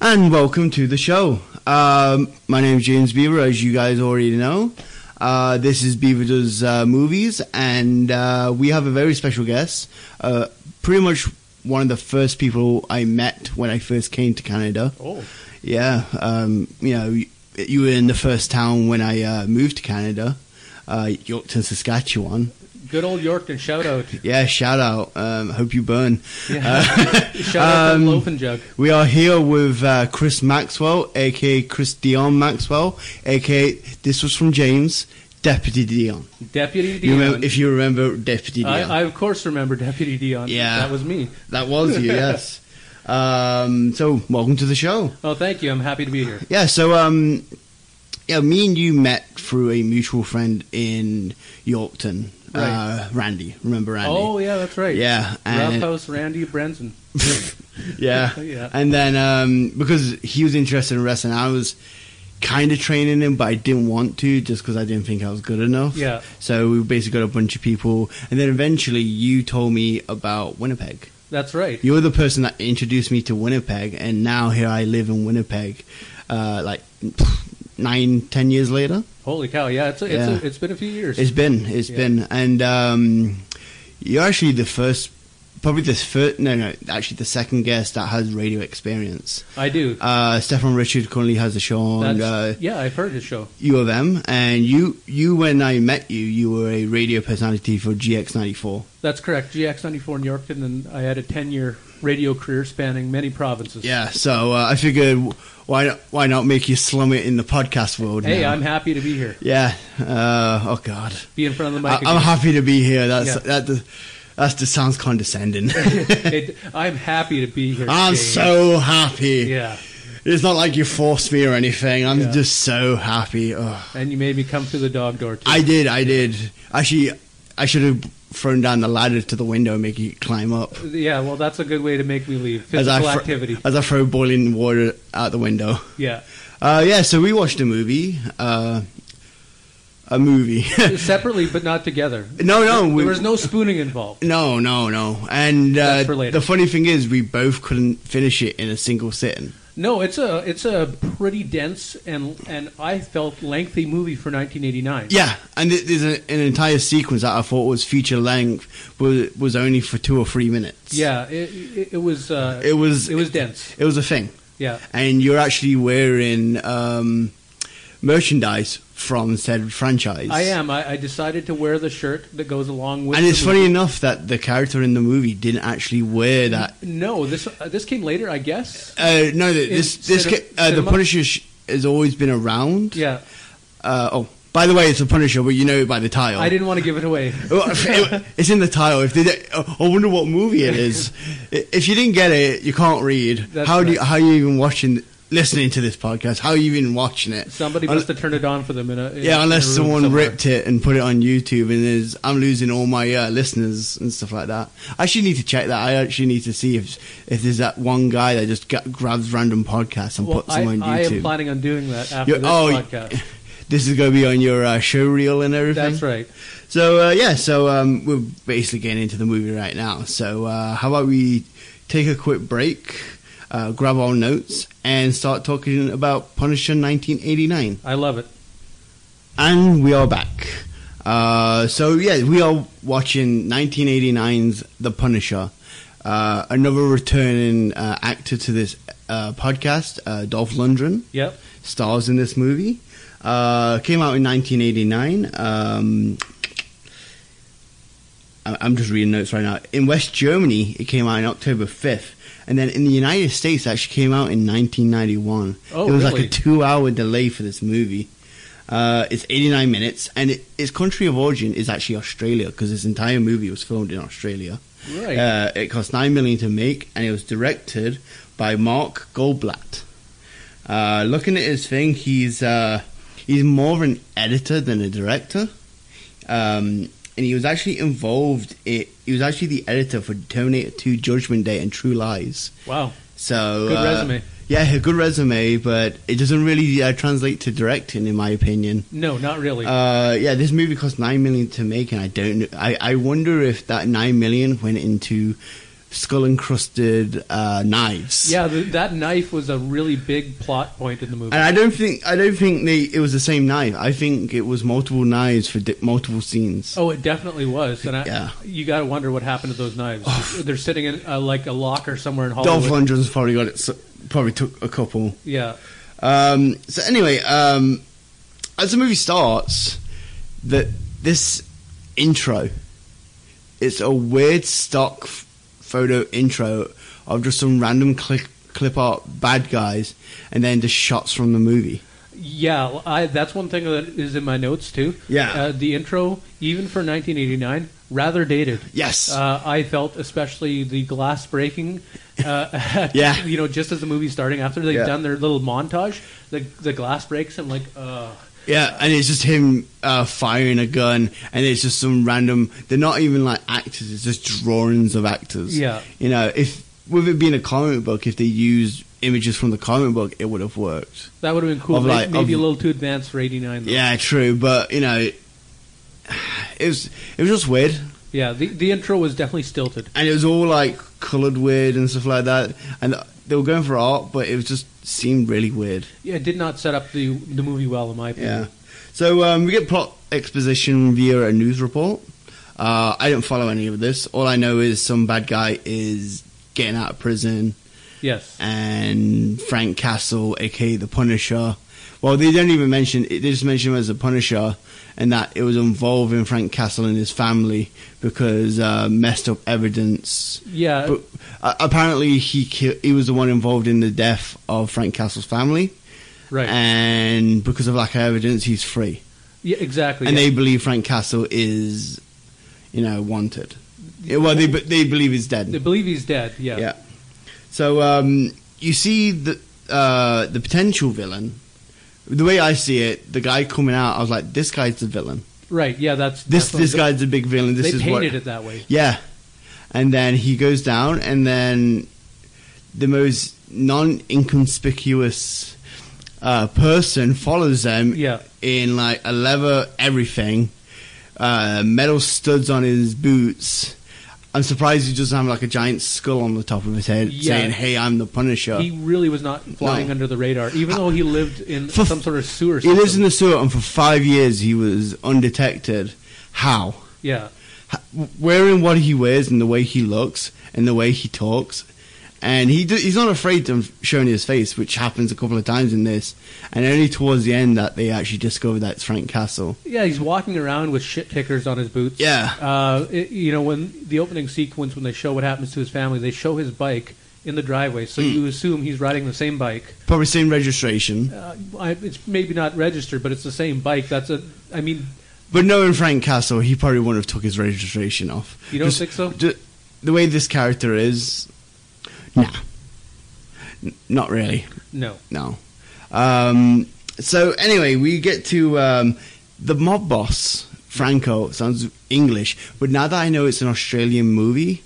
And welcome to the show. Um, my name is James Beaver, as you guys already know. Uh, this is Beaver Does uh, Movies, and uh, we have a very special guest. Uh, pretty much one of the first people I met when I first came to Canada. Oh, Yeah, um, you know, you, you were in the first town when I uh, moved to Canada, uh, Yorkton, Saskatchewan. good old Yorkton shout out. Yeah, shout out. Um, hope you burn. Yeah. shout out um, to Loaf and Jug. We are here with uh, Chris Maxwell, aka Chris Dion Maxwell, aka this was from James, Deputy Dion. Deputy You Dion. remember, if you remember Deputy Dion, I, I, of course, remember Deputy Dion. Yeah. That was me. that was you, yes. Um, so welcome to the show. Oh, thank you. I'm happy to be here. Yeah, so um, yeah, me and you met through a mutual friend in Yorkton, uh, Randy. Remember Randy? Oh, yeah, that's right. yeah, and Roughhouse Randy Branson. yeah. yeah. And then um, because he was interested in wrestling, I was kind of training him, but I didn't want to just because I didn't think I was good enough. Yeah. So we basically got a bunch of people, and then eventually you told me about Winnipeg. That's right. You were the person that introduced me to Winnipeg, and now here I live in Winnipeg, uh, like nine, ten years later. Holy cow. Yeah, it's, a, it's, Yeah. A, it's been a few years. It's been, it's Yeah. been, and um, you're actually the first. Probably the first, no, no, actually the second guest that has radio experience. I do. Uh, Stefan Richard currently has a show on That's, uh, yeah, I've heard his show. U of M, and you, you when I met you, you were a radio personality for GX94. That's correct. GX94 in Yorkton, and I had a 10 year radio career spanning many provinces. Yeah, so uh, I figured why not, why not make you slum it in the podcast world? Hey, now? I'm happy to be here. yeah. Uh, oh God, Be in front of the mic. I, I'm happy to be here. That's Yeah. that. That that's- just sounds condescending. again. It- I'm happy to be here. I'm James. so happy. Yeah. It's not like you forced me or anything. I'm Yeah. just so happy. Ugh. And you made me come through the dog door, too. I did. I did. Actually, I should have thrown down the ladder to the window and make you climb up. Yeah, well, that's a good way to make me leave. as I Physical fr- activity. as I throw boiling water out the window. Yeah. Uh, yeah, so we watched a movie, uh, a movie. Separately, but not together. no, no, we, There was no spooning involved. no, no, no. And uh, That's for later. the funny thing is, we both couldn't finish it in a single sitting. No, it's a it's a pretty dense and and I felt lengthy movie for 1989. Yeah, and th- there's a, an entire sequence that I thought was feature length, but was only for two or three minutes. Yeah, it, it, it was uh, it was it was dense. it was a thing, Yeah, and you're actually wearing um, merchandise from said franchise. I am. I, I decided to wear the shirt that goes along with. And the it's movie. funny enough that the character in the movie didn't actually wear that. No, this uh, this came later, I guess. Uh, no, th- this In this cine- ca- uh, the cinema? Punisher sh- has always been around. Yeah, Uh, oh, by the way, it's the Punisher, but you know it by the title. I didn't want to give it away. Well, if- it- It's in the title. If they, di- oh, I wonder what movie it is. I- if you didn't get it, you can't read. That's how do you, right. how are you even watching, listening to this podcast? How are you even watching it? Somebody Un- must have turned it on for them in a in a- yeah, unless in a room someone somewhere. ripped it and put it on YouTube, and is I'm losing all my uh, listeners and stuff like that. I actually need to check that. I actually need to see if if there's that one guy that just gra- grabs random podcasts and Well, puts I, them on I am YouTube. planning on doing that after You're- this oh, podcast. this is going to be on your uh, show reel and everything. That's right. So uh, yeah, so um, we're basically getting into the movie right now. So uh, how about we take a quick break, uh, grab our notes, and start talking about Punisher 1989. I love it. And we are back. Uh, so yeah, we are watching 1989's The Punisher. Uh, another returning uh, actor to this uh, podcast, uh, Dolph Lundgren, Yep. stars in this movie. Uh, came out in 1989. Um, I- I'm just reading notes right now. In West Germany, it came out on October 5th, and then in the United States, it actually came out in 1991 Oh, it was really? like a two-hour delay for this movie. Uh, it's 89 minutes, and it, its country of origin is actually Australia because this entire movie was filmed in Australia. right. Uh, it cost nine million to make, and it was directed by Mark Goldblatt. Uh, looking at his thing, he's uh, he's more of an editor than a director, um, and he was actually involved. It, he was actually the editor for Terminator 2, Judgment Day, and True Lies. wow. So Good uh, resume. yeah, a good resume, but it doesn't really uh, translate to directing, in my opinion. No, not really. Uh, yeah, this movie cost nine million to make, and I don't. I, I wonder if that nine million went into skull encrusted uh, knives. Yeah, th that knife was a really big plot point in the movie. And I don't think I don't think they it was the same knife. I think it was multiple knives for di- multiple scenes. Oh, it definitely was, and I, Yeah. Oh. you got to wonder what happened to those knives. They're sitting in uh, like a locker somewhere in Hollywood. Dolph Lundgren's probably got it. s probably took a couple. Yeah, Um, so anyway, um, as the movie starts, that this intro, it's a weird stock f- photo intro of just some random clip clip art bad guys, and then just shots from the movie. yeah. I, that's one thing that is in my notes too. Yeah. uh, the intro, even for 1989, rather dated. Yes, Uh, I felt especially the glass breaking. Uh, Yeah. you know, just as the movie's starting, after they've Yeah. done their little montage, the the glass breaks. I'm like, uh, yeah, and it's just him uh, firing a gun, and it's just some random. They're not even like actors; it's just drawings of actors. Yeah. you know, if with it being a comic book, if they used images from the comic book, it would have worked. that would have been cool. Of May- like- maybe of- a little too advanced for '89. though. Yeah, true, but you know, it was it was just weird, yeah. The the intro was definitely stilted. and it was all like coloured weird and stuff like that, and they were going for art, but it was just seemed really weird. Yeah, it did not set up the the movie well, in my Yeah, opinion. so um, we get plot exposition via a news report. Uh, I don't follow any of this. All I know is some bad guy is getting out of prison, Yes. and Frank Castle, aka the Punisher. Well, they don't even mention it. They just mention him as the Punisher, and that it was involving Frank Castle and his family because uh, messed up evidence. Yeah. But uh, apparently, he ki- he was the one involved in the death of Frank Castle's family, right. and because of lack of evidence, he's free. yeah, exactly. And yeah. they believe Frank Castle is, you know, wanted. Yeah, Well, they be- they believe he's dead. They believe he's dead. Yeah. Yeah. So um, you see the uh, the potential villain. The way I see it, the guy coming out, I was like, "This guy's the villain. Right. Yeah. That's This that's what- this guy's the big villain. This They is painted what." it that way. Yeah. And then he goes down, and then the most non inconspicuous uh, person follows them Yeah. in like a leather everything, uh, metal studs on his boots. I'm surprised he doesn't have like a giant skull on the top of his head Yeah. saying, "Hey, I'm the Punisher." He He, really was not flying No. under the radar, even though he lived in For- some sort of sewer. he System. lives in the sewer, and for five years he was undetected. How? yeah. wearing what he wears and the way he looks and the way he talks. And he do, he's not afraid of showing his face, which happens a couple of times in this. And only towards the end that they actually discover that it's Frank Castle. Yeah, he's walking around with shit tickers on his boots. Yeah. Uh, it- you know, when the opening sequence, when they show what happens to his family, they show his bike in the driveway, so you assume he's riding the same bike. Probably same registration. Uh, I, it's maybe not registered, but it's the same bike. That's a. I mean, But knowing Frank Castle, he probably wouldn't have took his registration off. You don't think so? ju- the way this character is, nah. N- not really. no. No. Um, so anyway, we get to um, the mob boss Franco. Sounds English, but now that I know it's an Australian movie,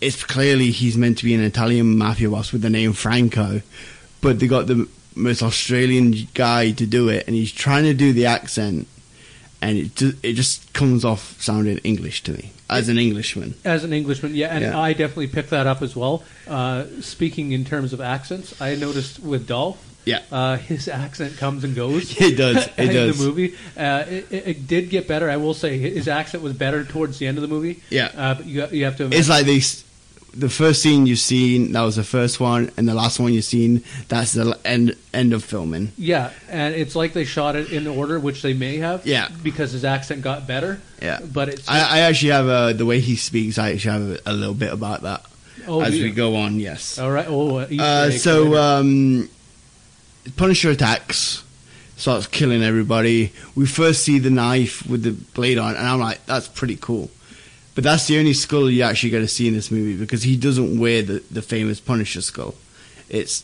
it's clearly he's meant to be an Italian mafia boss with the name Franco. But they got the most Australian guy to do it, and he's trying to do the accent, and it ju- it just comes off sounding English to me as an Englishman. As an Englishman, yeah, and Yeah. I definitely picked that up as well. Uh, speaking in terms of accents, I noticed with Dolph, Yeah. uh, his accent comes and goes. It does, it in does. the movie, uh, it, it, it did get better. I will say his accent was better towards the end of the movie. Yeah. uh, but you, got- you have to. It's like these. The first scene you've seen, that was the first one, and the last one you've seen, that's the l- end end of filming. yeah, and it's like they shot it in order, which they may have. Yeah. because his accent got better. Yeah, but it's I, I actually have uh, the way he speaks. I actually have a, a little bit about that oh, as yeah. we go on. Yes. all right. Oh, uh, Easter Uh, egg. so um, Punisher attacks, starts killing everybody. We first see the knife with the blade on, and I'm like, that's pretty cool. But that's the only skull you actually going to see in this movie because he doesn't wear the, the famous Punisher skull. It's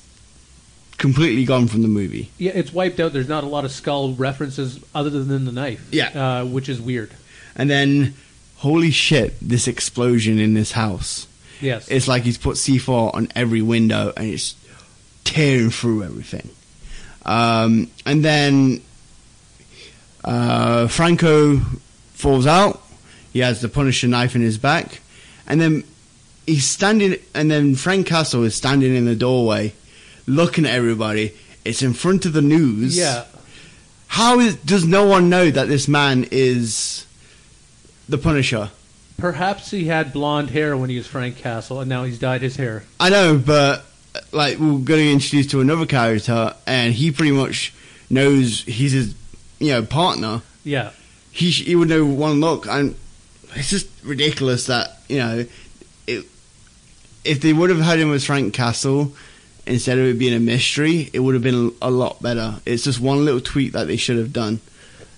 completely gone from the movie. Yeah, it's wiped out. There's not a lot of skull references other than the knife. Yeah. uh, which is weird. And then, holy shit, this explosion in this house. Yes, It's like he's put C4 on every window and it's tearing through everything. Um, and then uh, Franco falls out. He has the Punisher knife in his back. And then he's standing, and then Frank Castle is standing in the doorway, looking at everybody. It's in front of the news. Yeah, How is, does no one know that this man is the Punisher? perhaps he had blonde hair when he was Frank Castle, and now he's dyed his hair. I know, but like we're getting introduced to another character, and he pretty much knows he's his, you know, partner. Yeah, He sh- he would know one look, and it's just ridiculous that you know, it, if they would have had him as Frank Castle instead of it being a mystery, it would have been a lot better. It's just one little tweak that they should have done.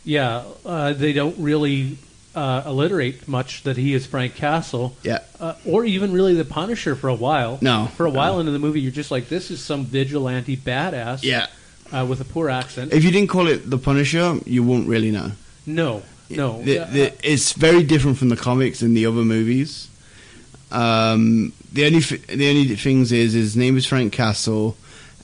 yeah. Uh, they don't really uh, alliterate much that he is Frank Castle, Yeah, uh, or even really the Punisher for a while. no, For a while into the movie, you're just like, this is some vigilante badass yeah. uh, with a poor accent. If you didn't call it the Punisher, you wouldn't really know. no, no. The- Uh, the- it's very different from the comics and the other movies. Um, the only f- the only things is his name is Frank Castle,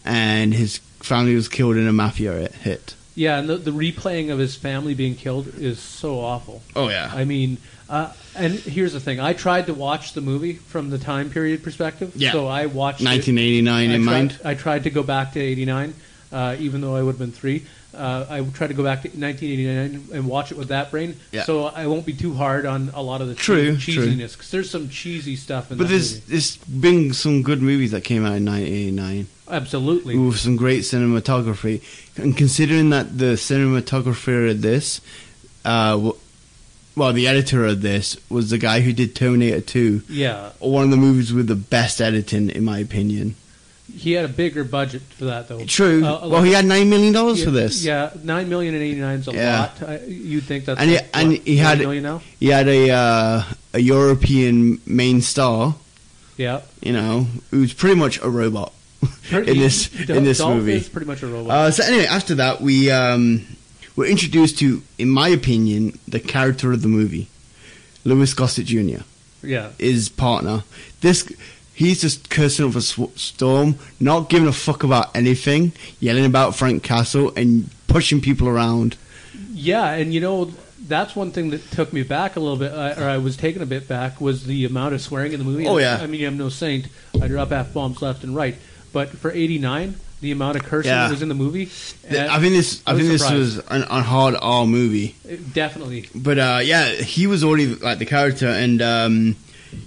and his family was killed in a mafia hit. yeah, and the, the replaying of his family being killed is so awful. Oh yeah, I mean, uh, and here's the thing: I tried to watch the movie from the time period perspective. Yeah. So I watched it- 1989 I in tried, mind. I tried to go back to '89, uh, even though I would have been three. Uh, I tried to go back to 1989 and watch it with that brain, Yeah. so I won't be too hard on a lot of the True, cheese- true. cheesiness because there's some cheesy stuff in But that there's movie. there's been some good movies that came out in 1989 Absolutely, with some great cinematography, and considering that the cinematographer of this, uh, w- well, the editor of this was the guy who did Terminator 2, yeah. one of the movies with the best editing in my opinion. He had a bigger budget for that though. True. Uh, a well, lot- he had nine million dollars yeah, for this. Yeah, nine million and eighty nine is a Yeah. lot. I, you'd think that's And he- like, and what, he had- 30 million now. He had a uh, a European main star, Yeah. you know, who's pretty much a robot in this in this Dolph movie. is pretty much a robot. Uh, so anyway, after that, we um, were introduced to, in my opinion, the character of the movie, Louis Gossett Jr. yeah, His partner. This he's just cursing up a sw- storm, not giving a fuck about anything, yelling about Frank Castle and pushing people around. yeah, and you know that's one thing that took me back a little bit, uh, or I was taken a bit back, was the amount of swearing in the movie. Oh, yeah. I mean, I'm no saint. I drop f bombs left and right, but for '89, the amount of cursing Yeah. that was in the movie, Th- uh, I think this. I, I was think this surprised. was an, a hard R movie, it- definitely, but uh, yeah, he was already like the character, and um,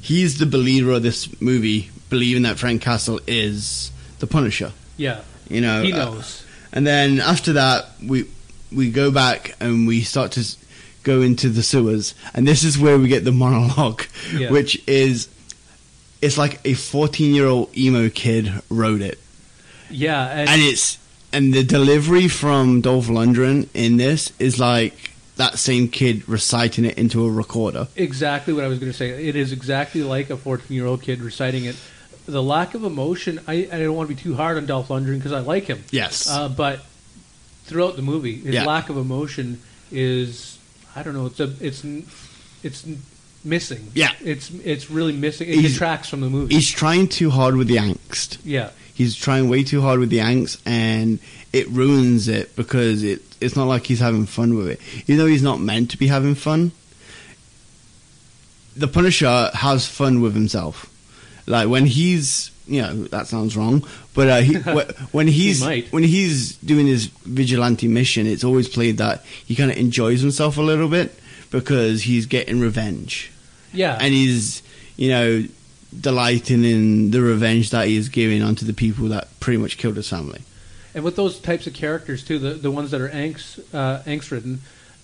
he's the believer of this movie, believing that Frank Castle is the Punisher. yeah, You know, he uh, knows. and then after that, we we go back and we start to s- go into the sewers, and this is where we get the monologue, Yeah. which is it's like a fourteen-year-old emo kid wrote it yeah, and, and it's and the delivery from Dolph Lundgren in this is like that same kid reciting it into a recorder. exactly what I was going to say. It is exactly like a 14 year old kid reciting it. The lack of emotion. I, I don't want to be too hard on Dolph Lundgren because I like him. Yes, Uh, but throughout the movie, his Yeah. lack of emotion is I don't know. It's a it's n- it's n- missing. Yeah. it's it's really missing. It He's- detracts from the movie. he's trying too hard with the angst. yeah, He's trying way too hard with the angst, and it ruins it because it it's not like he's having fun with it. Even though he's not meant to be having fun, the Punisher has fun with himself. Like when he's you know that sounds wrong, but uh, he, wh- when he's might. when he's doing his vigilante mission, it's always played that he kind of enjoys himself a little bit because he's getting revenge yeah, and he's you know delighting in the revenge that he's giving onto the people that pretty much killed his family. and with those types of characters too, the the ones that are angst uh, angst ridden,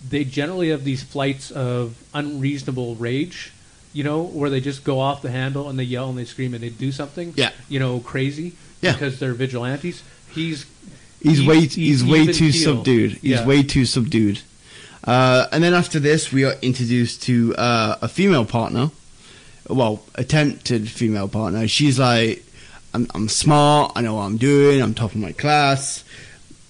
they generally have these flights of unreasonable rage. You know, where they just go off the handle and they yell and they scream and they do something. Yeah. you know, crazy. Yeah. because they're vigilantes. He's He's He- way he- he's way even too keel. subdued. He's Yeah. way too subdued. Uh, and then after this, we are introduced to uh, a female partner. Well, attempted female partner. She's like, I'm, I'm smart. I know what I'm doing. I'm top of my class.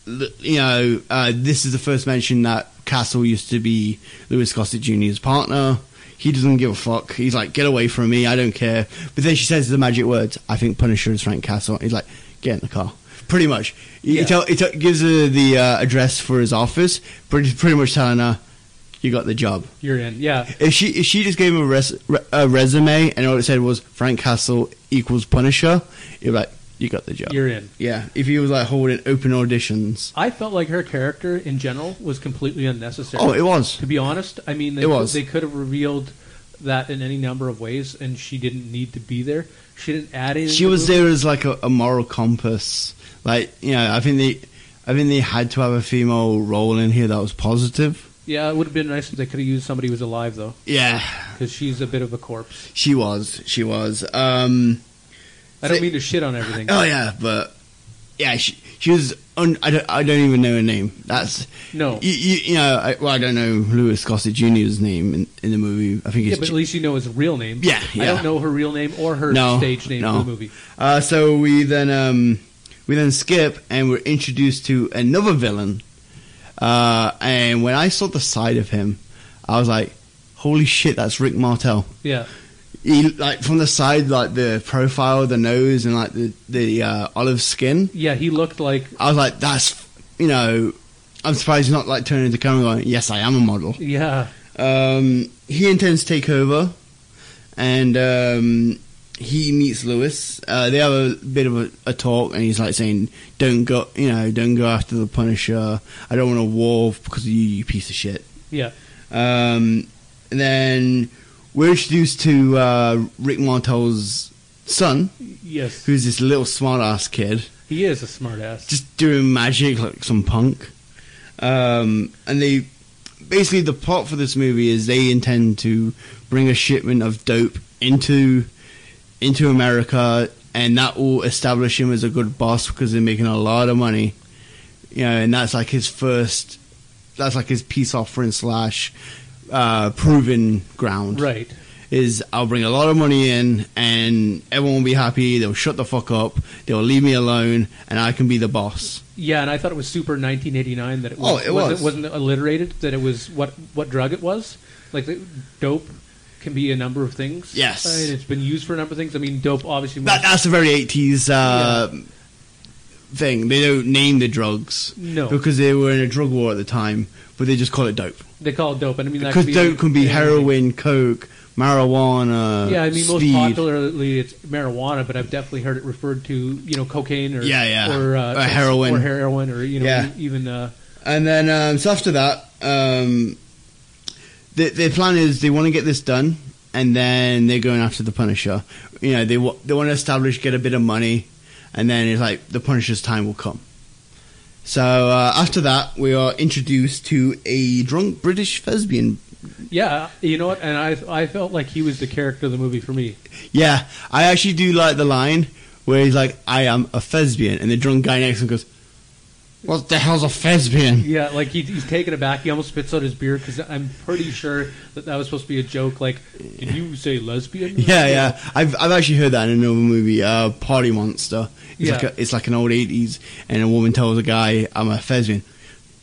L- You know, uh, this is the first mention that Castle used to be Louis Gossett Jr.'s partner. He doesn't give a fuck. He's like, get away from me. I don't care. But then she says the magic words. I think Punisher is Frank Castle. He's like, get in the car. Pretty much. He, Yeah. tell, he tell- gives her the uh, address for his office, but he's pretty much telling her, you got the job. You're in. Yeah. If she if she just gave him a, res, re- a resume and all it said was Frank Castle equals Punisher, you're like you got the job. You're in. yeah, if he was like holding open auditions, I felt like her character in general was completely unnecessary. oh, it was. to be honest, I mean, they, It was. they could have revealed that in any number of ways, and she didn't need to be there. She didn't add anything. She to was the movie. there as like a, a moral compass. Like you know, I think they, I think they had to have a female role in here that was positive. Yeah, it would have been nice if they could have used somebody who was alive though, Yeah, because she's a bit of a corpse. she was. She was. Um, I don't See- mean to shit on everything. oh yeah, but yeah, she, she was. Un, I don't. I don't even know her name. That's no. you. You, you know. I, well, I don't know Louis Gossett Jr.'s name in, in the movie. I think Yeah, it's. but at least you know his real name. Yeah, I yeah. don't know her real name or her No, stage name no. for the movie. Uh, so we then um, we then skip and we're introduced to another villain. Uh, and when I saw the side of him, I was like, "Holy shit, that's Rick Martel." Yeah, He like from the side, like the profile, the nose, and like the the uh, olive skin. yeah. He looked like I was like, "That's you know." I'm surprised he's not like turning to camera and going, "Yes, I am a model." yeah, Um, he intends to take over, and um, he meets Lewis. Uh, they have a bit of a, a talk, and he's like saying, "Don't go, you know, don't go after the Punisher. I don't want a war because of you, you piece of shit." yeah. Um, and then we're introduced to uh, Rick Martel's son, Yes, who's this little smart ass kid he is a smartass. just doing magic like some punk. Um, and they basically the plot for this movie is they intend to bring a shipment of dope into into America, and that will establish him as a good boss because they're making a lot of money. You know, and that's like his first. That's like his peace offering slash uh, proving ground right. is I'll bring a lot of money in and everyone will be happy. They'll shut the fuck up. They'll leave me alone and I can be the boss. Yeah, and I thought it was super 1989 that it was. Oh, it was. not wasn't alliterated. That it was what what drug it was. Like the, dope can be a number of things. Yes. and it's been used for a number of things. I mean, dope obviously. That, was- that's a very 80s uh, thing. They don't name the drugs no, because they were in a drug war at the time, but they just call it dope. they call it dope, and I mean that Because could dope can be yeah, heroin, coke, marijuana, Yeah, I mean most speed. popularly it's marijuana, but I've definitely heard it referred to you know cocaine or Yeah, yeah. or, uh, Or heroin. or heroin or you know Yeah. even uh, And then um, so after that, um, the, their plan is they want to get this done, and then they're going after the Punisher. You know, they wa- they want to establish, get a bit of money, and then it's like the Punisher's time will come. So uh, after that, we are introduced to a drunk British thespian. yeah you know what, and I I felt like he was the character of the movie for me. Yeah, I actually do like the line where he's like, "I am a thespian," and the drunk guy next to him goes, "What the hell's a thespian?" Yeah, like he, he's taken aback. He almost spits out his beer because I'm pretty sure that that was supposed to be a joke. Like, did you say lesbian? Yeah, yeah. I've I've actually heard that in another movie, uh, Party Monster. It's Yeah. like a, it's like an old eighties, and a woman tells a guy, "I'm a thespian."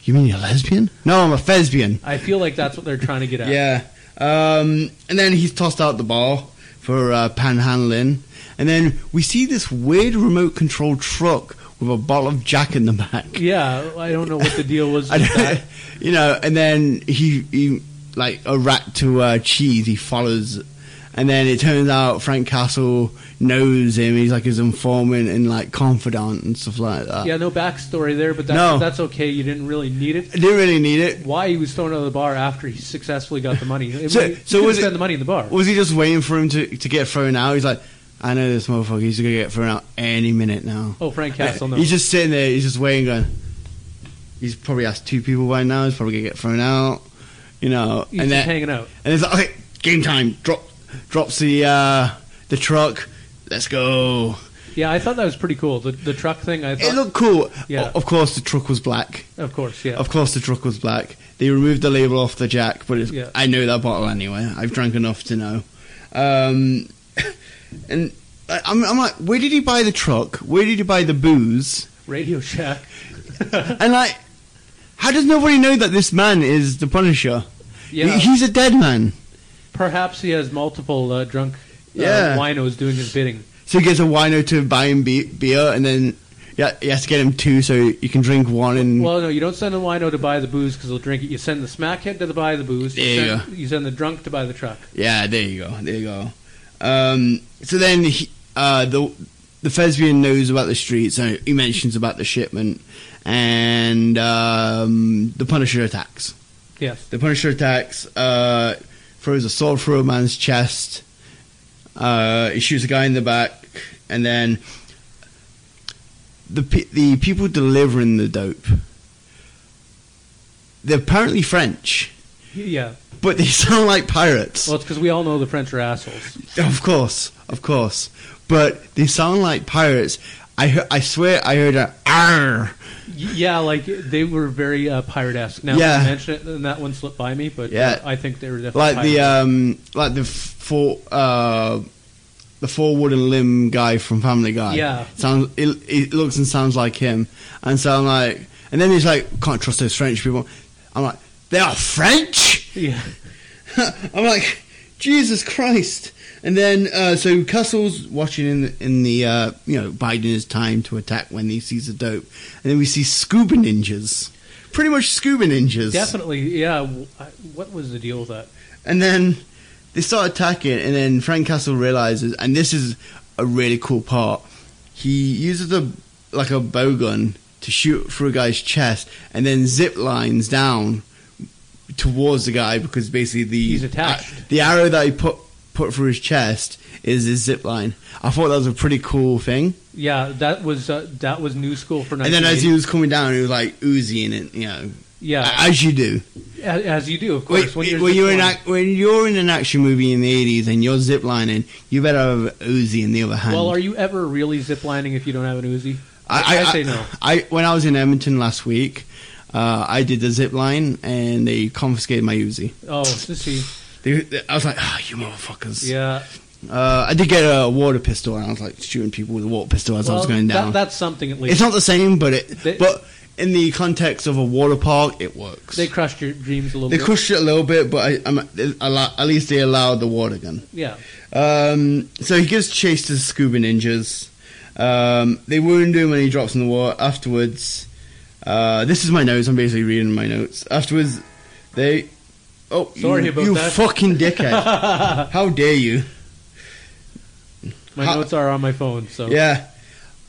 You mean you're a lesbian? No, I'm a thespian. I feel like that's what they're trying to get at. Yeah. Um, and then he's tossed out the bar for uh, panhandling, and then we see this weird remote control truck with a bottle of Jack in the back. Yeah, I don't know what the deal was I with that. don't- you know, and then he, he like a rat to uh, cheese, he follows, and then it turns out Frank Castle knows him. He's like his informant and like confidant and stuff like that. Yeah, no backstory there, but that's, No. that's okay. You didn't really need it. I didn't really need it. Why he was thrown out of the bar after he successfully got the money? It, So- he so could've was it- spent the money in the bar? Was he just waiting for him to, to get thrown out? He's like, I know this motherfucker. He's gonna get thrown out any minute now. Oh, Frank Castle. No. He's just sitting there. He's just waiting, going. He's probably asked two people by now. He's probably gonna get thrown out. You know, He's and just then hanging out. And it's like, okay, game time. Drop, drops the uh, the truck. Let's go. Yeah, I thought that was pretty cool. The, the truck thing, I It thought, looked cool. Yeah. O- Of course, the truck was black. of course, yeah. Of course, the truck was black. They removed the label off the jack, but it's, Yeah. I know that bottle anyway. I've drank enough to know. Um, and I- I'm, I'm like, where did he buy the truck? Where did he buy the booze? Radio Shack. And like, how does nobody know that this man is the Punisher? Yeah. He- he's a dead man. Perhaps he has multiple uh, drunk uh, Yeah. winos doing his bidding. So he gets a wino to buy him be- beer, and then Yeah, you have to get him two, so you can drink one and Well, no, you don't send the wino to buy the booze because he'll drink it. You send the smackhead to buy the booze. There you, you send, you send the drunk to buy the truck. yeah. There you go. There you go. Um, so then he, uh, the the thespian knows about the streets. So he mentions about the shipment, and um, the Punisher attacks. Yes. The Punisher attacks, uh, throws a sword through a man's chest. Uh, he shoots a guy in the back, and then the pe- the people delivering the dope. They're apparently French, Yeah. but they sound like pirates. Well, it's because we all know the French are assholes. Of course, of course, but they sound like pirates. I he- I swear I heard a "Arr!" Y- Yeah, like they were very uh, pirate-esque. Now Yeah. that you mention it, and that one slipped by me, but Yeah. yeah. I think they were definitely like the pirates. um like the f- four uh the four wooden limb guy from Family Guy. Yeah. sounds it, it looks and sounds like him, and so I'm like, and then he's like, can't trust those French people. I'm like, they are French. yeah. I'm like, Jesus Christ. And then, uh, so Castle's watching in the, in the uh, you know, biding his time to attack when he sees the dope. And then we see scuba ninjas. Pretty much scuba ninjas. Definitely, yeah. W- I- What was the deal with that? And then they start attacking, and then Frank Castle realizes, and this is a really cool part. He uses a like a bow gun to shoot through a guy's chest, and then zip lines down towards the guy because basically the He's attached. uh, the arrow that he put put through his chest is his zip line. I thought that was a pretty cool thing. Yeah, that was uh, that was new school for. And then as he 1980. was coming down, he was like oozing it, you know, yeah, as you do. a- as you do, of Wait, course. when you're, when you're in deployed. ac- when you're in an action movie in the eighties and you're ziplining, you better have an Uzi in the other hand. well, are you ever really ziplining if you don't have an Uzi? I, say no. I when I was in Edmonton last week, uh, I did the zip line and they confiscated my Uzi. Oh, let's see, They, they- I was like, ah, you motherfuckers. yeah. Uh, I did get a water pistol and I was like shooting people with a water pistol as I was Well, going down. That, that's something at least. it's not the same, but it They- but in the context of a water park, it works. they crushed your dreams a little They bit. crushed it a little bit, but I, I'm, at least they allowed the water gun. yeah, Um, so he gives chase to the scuba ninjas. Um, they wound him and he drops in the water. Afterwards, uh, this is my notes. I'm basically reading my notes. Afterwards, they. Oh, Sorry you, about you that. fucking dickhead! How dare you? my How- notes are on my phone, so yeah, Yeah,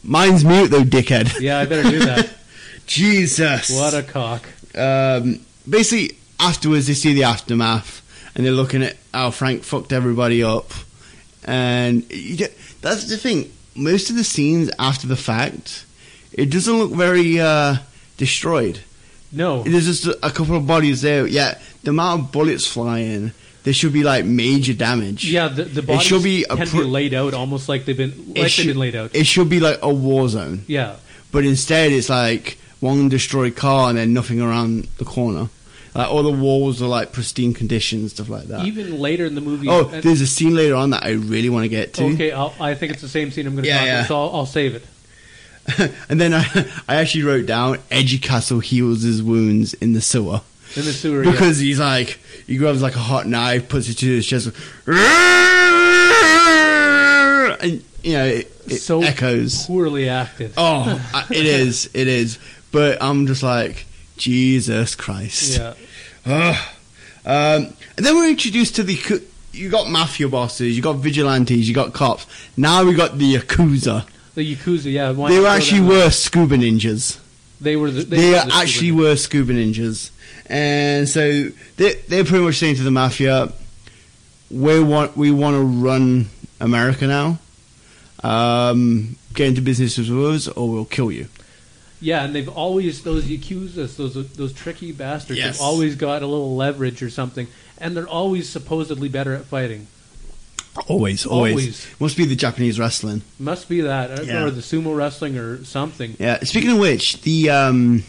mine's mute though, dickhead. I better do that. Jesus! what a cock! um, basically afterwards they see the aftermath and they're looking at how Frank fucked everybody up and you get, that's the thing most of the scenes after the fact it doesn't look very uh, destroyed No, there's just a, a couple of bodies there yeah the amount of bullets flying there should be like major damage yeah, the, the bodies should be a can pr- be laid out almost like they've been It like should- they've been laid out. it should be like a war zone yeah, but instead it's like one destroyed car and then nothing around the corner like all the walls are like pristine conditions stuff like that even later in the movie. Oh, and- there's a scene later on that I really want to get to. Okay, I'll, I think it's the same scene. I'm going to Yeah, talk yeah. about, so I'll, I'll save it. and then I, I actually wrote down Edgy Castle heals his wounds in the sewer. In the sewer. yeah. Because he's like, he grabs like a hot knife, puts it to his chest, and you know, it, it so echoes. poorly acted. Oh, I- it is, it is. But I'm just like, Jesus Christ. yeah, Ugh. Um, and then we're introduced to the. Yaku- You got mafia bosses, you got vigilantes, you got cops. Now we got the yakuza. the yakuza. Yeah, why they not were throw actually them- were scuba ninjas. They were. The, They, were the actually scuba- were scuba ninjas, and so they they're pretty much saying to the mafia, "We want we want to run America now. Um, get into business with us, or we'll kill you." Yeah, and they've always those yakuza, those those tricky bastards. Yes. They've always got a little leverage or something, and they're always supposedly better at fighting. Always, always, Always. must be the Japanese wrestling. Must be that, or- Yeah. or the sumo wrestling, or something. Yeah. Speaking of which, the um,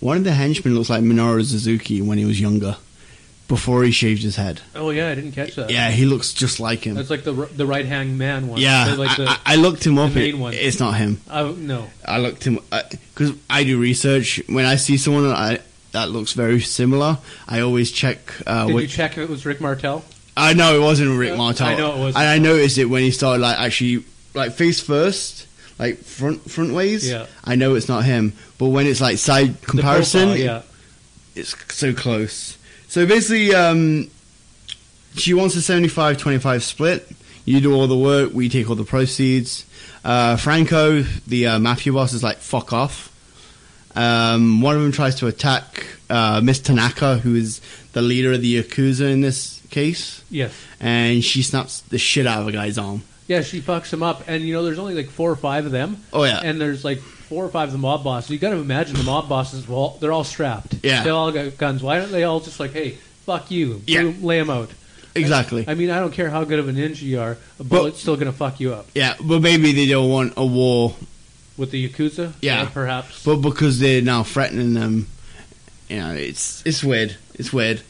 one of the henchmen looks like Minoru Suzuki when he was younger, before he shaved his head. Oh yeah, I didn't catch that. Yeah, he looks just like him. that's like the r- the right hand man one. Yeah, They're like I, the. I, I looked him up. main it- one. It's not him. oh, no, I looked him because I do research. When I see someone that, I, that looks very similar, I always check. Uh, did what, you check if it was Rick Martel? I know it wasn't Rick Uh, Martel. I know it wasn't. And I noticed it when he started like actually like face first, like front front ways, Yeah. I know it's not him. But when it's like side The profile, comparison, it- yeah. it's so close. So basically, um, she wants a 75-25 split. You do all the work, we take all the proceeds. Uh, Franco, the uh, mafia boss, is like fuck off. Um, one of them tries to attack uh, Miss Tanaka, who is the leader of the yakuza in this case, Yes. and she snaps the shit out of a guy's arm. Yeah, she fucks him up, and you know, there's only like four or five of them, Oh yeah, and there's like four or five of the mob bosses. You got to imagine the mob bosses. Well, they're all strapped. Yeah. they all got guns. Why don't they all just like, hey, fuck you, Yeah. boom, lay him out? exactly. I mean, I don't care how good of a ninja you are, a bullet's still gonna fuck you up yeah, but maybe they don't want a war, with the yakuza. Yeah. perhaps. but because they're now threatening them, you know, it's it's weird. It's weird.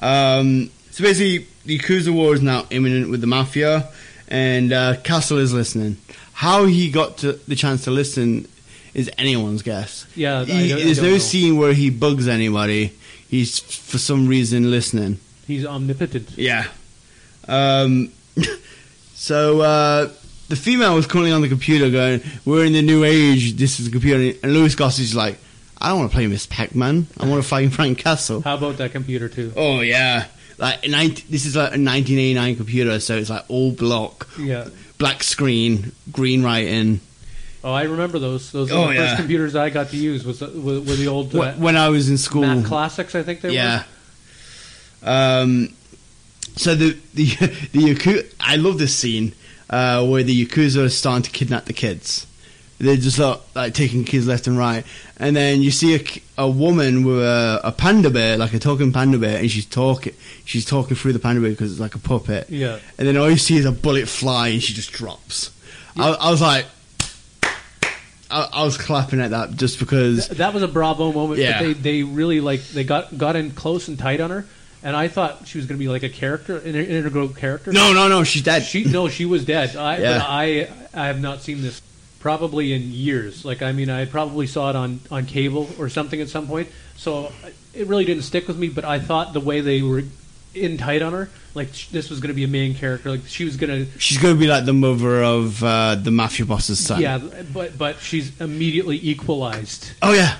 Um, so basically, the Yakuza war is now imminent with the mafia, and uh, Castle is listening. How he got to the chance to listen is anyone's guess. yeah, I He- don't- I there's don't no know. scene where he bugs anybody. He's for some reason listening. He's omnipotent. Yeah. Um, so uh, the female was calling on the computer, going, "We're in the new age. This is the computer." And Louis Goss is like, "I don't want to play Miss Pac-Man. I want to fight Frank Castle." How about that computer too? Oh yeah. Like a 19, this is like a 1989 computer, so it's like all block, Yeah. black screen, green writing. Oh, I remember those. Those Oh, were the yeah. first computers I got to use was the, were, were the old uh, Wh- When I was in school, Mac classics. I think they yeah. Um, so the the the Yaku- I love this scene uh, where the yakuza are starting to kidnap the kids. They're just like, like taking kids left and right, and then you see a, k- a woman with a, a panda bear, like a talking panda bear, and she's talking. She's talking through the panda bear because it's like a puppet. were. Yeah. And then all you see is a bullet fly, and she just drops. I, I was like, I, I was clapping at that just because. Th- that was a bravo moment. Yeah. But they, they really like they got got in close and tight on her, and I thought she was going to be like a character, an in- integral character. No, no, no, she's dead. she no, she was dead. I Yeah. but I I have not seen this probably in years. Like I mean, I probably saw it on on cable or something at some point. So it really didn't stick with me. But I thought the way they were in tight on her, like sh- this was going to be a main character. Like she was going to. She's going to be like the mother of uh, the mafia boss's son. Yeah, but but she's immediately equalized. Oh yeah.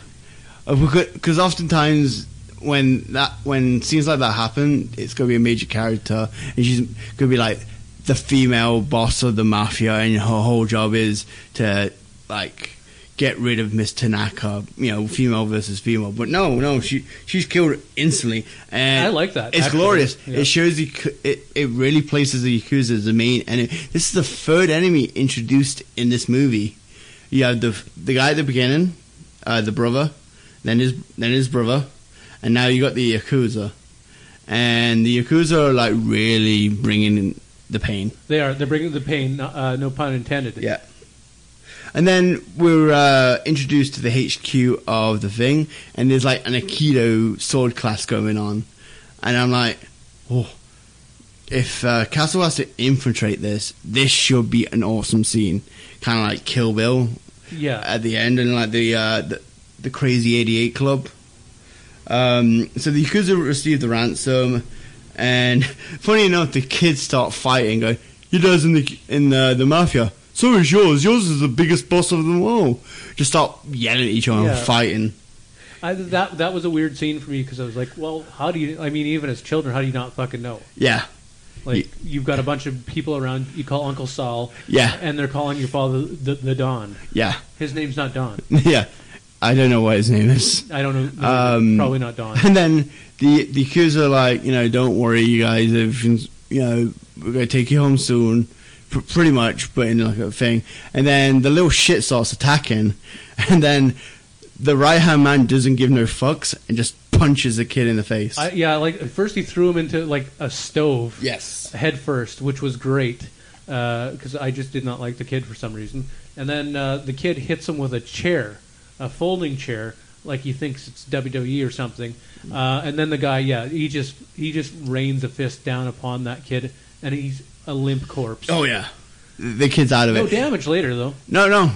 Because oftentimes when that when scenes like that happen, it's going to be a major character, and she's going to be like the female boss of the mafia, and her whole job is to like get rid of Miss Tanaka. You know, female versus female. But no, no, she she's killed instantly. And I like that, It's actually. glorious. Yeah. It shows the Yaku- it it really places the yakuza as the main enemy. This is the third enemy introduced in this movie. You have the the guy at the beginning, uh, the brother, then his then his brother, and now you got the yakuza, and the yakuza are like really bringing in the pain. They are they're bringing the pain. Uh, no pun intended. Yeah. And then we're uh, introduced to the HQ of the thing, and there's like an Aikido sword class going on, and I'm like, oh, if uh, Castle has to infiltrate this, this should be an awesome scene, kind of like Kill Bill yeah. at the end and like the uh, the, the crazy 88 club um, so the yakuza received the ransom and funny enough the kids start fighting going you guys in the in the, the mafia so is yours yours is the biggest boss of them all just start yelling at each other and Yeah. fighting I, that that was a weird scene for me because I was like, well, how do you? I mean, even as children, how do you not fucking know? yeah Like, you've got a bunch of people around. You call Uncle Saul, yeah and they're calling your father the, the Don. yeah His name's not Don. yeah I don't know what his name is I don't know. no, Um, probably not Don. And then the the kids are like, you know, don't worry, you guys. Everything's, you know, we're gonna take you home soon, pr- pretty much. But in like a thing. And then the little shit starts attacking, and then the right hand man doesn't give no fucks and just punches the kid in the face. I, yeah, like at first he threw him into like a stove yes. head first, which was great because I just did not like the kid for some reason. And then uh, the kid hits him with a chair, a folding chair, like he thinks it's WWE or something. Uh, and then the guy, yeah, he just he just rains a fist down upon that kid, and he's a limp corpse. Oh yeah. The kid's out of no it. damage later though. No, no.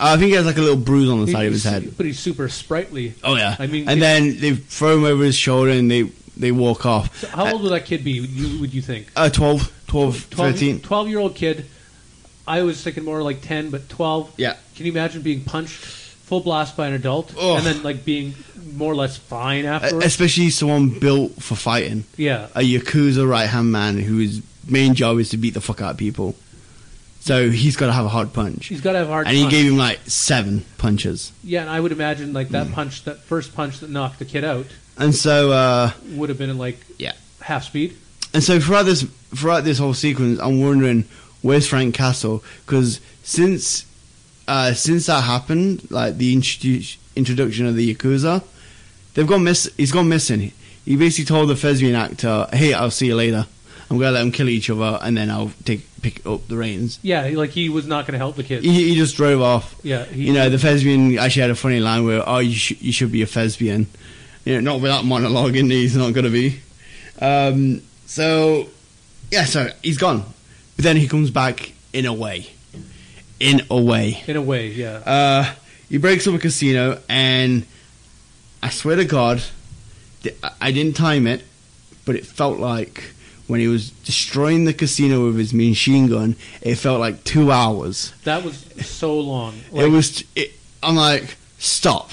I think he has like a little bruise on the side of his He's- head. but he's super sprightly. Oh yeah. I mean, and then they throw him over his shoulder and they they walk off. Uh, So how old would that kid be? Would you, would you think? Uh, 12, 12, 13. 12 year old kid. I was thinking more like ten, but twelve. Yeah. Can you imagine being punched full blast by an adult Ugh. Uh, and then like being more or less fine afterwards? E-, Especially someone built for fighting. yeah. a yakuza right hand man whose main job is to beat the fuck out of people. So he's got to have a hard punch, He's got to have a hard. and he punch. gave him like seven punches. yeah, and I would imagine like Mm. that punch, that first punch that knocked the kid out, And so, uh, would have been in like Yeah. half speed. and so throughout this throughout this whole sequence, I'm wondering where's Frank Castle because since uh, since that happened, like the introdu- introduction of the yakuza, they've gone miss. He's gone missing. He basically told the Fesbian actor, "Hey, I'll see you later. I'm gonna let them kill each other, and then I'll take pick up the reins." Yeah, he- like he was not going to help the kid. He, he just drove off. Yeah, he- you know the thespian actually had a funny line where, "Oh, you, sh- you should be a thespian." You know, not without monologue, and he's not going to be. Um, so, yeah, so he's gone. But then he comes back in a way, in a way. in a way, yeah. Uh, he breaks up a casino, and I swear to God, th- I- I didn't time it, but it felt like when he was destroying the casino with his machine gun, it felt like two hours That was so long. it Like, was. It, I'm like, stop!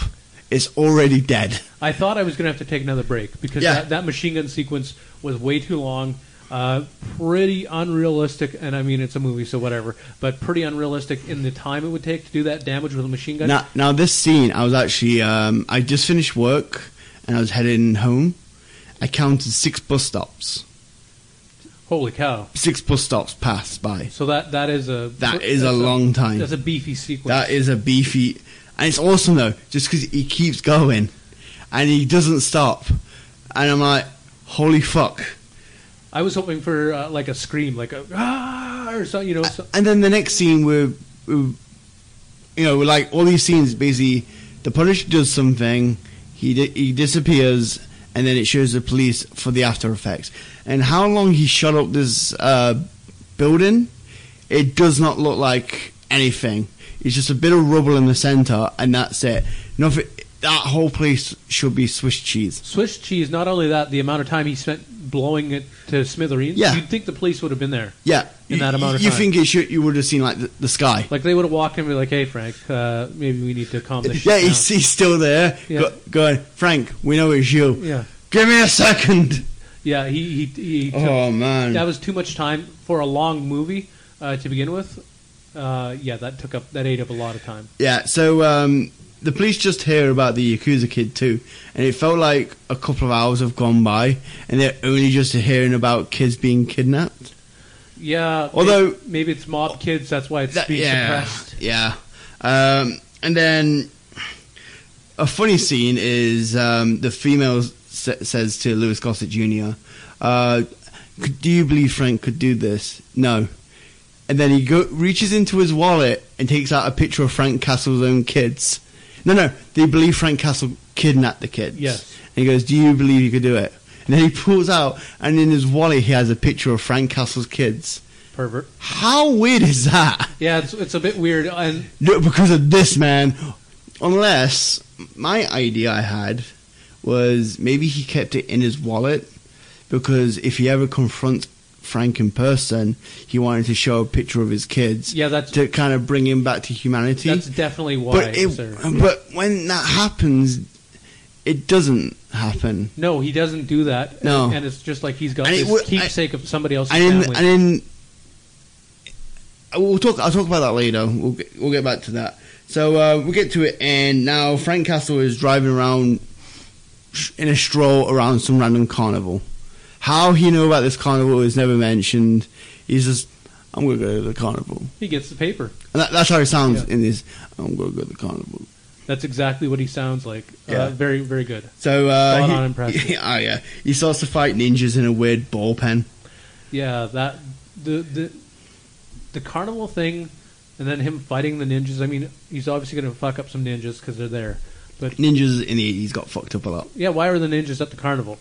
It's already dead. I thought I was going to have to take another break because Yeah. that, that machine gun sequence was way too long, uh, pretty unrealistic. And I mean, it's a movie, so whatever. But pretty unrealistic in the time it would take to do that damage with a machine gun. Now, now this scene, I was actually. Um, I just finished work and I was heading home. I counted six bus stops. Holy cow! Six bus stops passed by. So that that is a That is a that's long time. That's a beefy sequence. That is a beefy, and it's awesome though, just because he keeps going, and he doesn't stop, and I'm like, holy fuck! I was hoping for uh, like a scream, like a ah or something. You know, so, And then the next scene where, where- you know, like all these scenes, basically, the Punisher does something, he di- he disappears, and then it shows the police for the after effects. And how long he shut up this uh, building, it does not look like anything. It's just a bit of rubble in the center, and that's it. Nothing. That whole place should be Swiss cheese. Swiss cheese. Not only that, the amount of time he spent blowing it to smithereens. Yeah. you'd think the police would have been there. Yeah, In that You- amount of you time. think it should? You would have seen like the, the sky. Like they would have walked in and be like, "Hey, Frank, uh, maybe we need to calm this shit Yeah, down." he's, he's still there. Yeah. Go, going, Frank, we know it's you. Yeah. Give me a second. yeah, he he, he took, Oh, man. that was too much time for a long movie uh, to begin with. Uh, yeah, that took up that ate up a lot of time. Yeah, so um, the police just hear about the Yakuza kid too, and it felt like a couple of hours have gone by, and they're only just hearing about kids being kidnapped. Yeah, Although- maybe, maybe it's mob kids, that's why it's That- being yeah, suppressed. yeah. Um, and then a funny scene is um, the female sa- says to Lewis Gossett Jr., uh, "Could- "Do you believe Frank could do this?" No. And then he go- reaches into his wallet and takes out a picture of Frank Castle's own kids. No, no, they believe Frank Castle kidnapped the kids. Yes. And he goes, "Do you believe you could do it?" And then he pulls out, and in his wallet he has a picture of Frank Castle's kids. Pervert. How weird is that? Yeah, it's it's a bit weird, and No, because of this man. Unless my idea I had was maybe he kept it in his wallet because if he ever confronts Frank in person, he wanted to show a picture of his kids yeah, that's to kind of bring him back to humanity. that's definitely why. but it it, was there. but when that happens, it doesn't happen. No, he doesn't do that. No. and, and it's just like he's got And it this would- I- keepsake of somebody else's And in, family. and in uh, we'll talk. I'll talk about that later. We'll get, we'll get back to that. So uh, we get to it, and now Frank Castle is driving around sh- in a stroll around some random carnival. How he knew about this carnival is never mentioned. He's just, I'm gonna go to the carnival, he gets the paper. and that, that's how it sounds Yeah. in this. I'm gonna go to the carnival. That's exactly what he sounds like. Yeah. Uh, very, very good. So uh, Spot he- on impressive. oh yeah, he starts to fight ninjas in a weird ball pen. Yeah, that the the the carnival thing, and then him fighting the ninjas. I mean, he's obviously going to fuck up some ninjas because they're there. But Ninjas in the 80s got fucked up a lot. yeah, why are the ninjas at the carnival?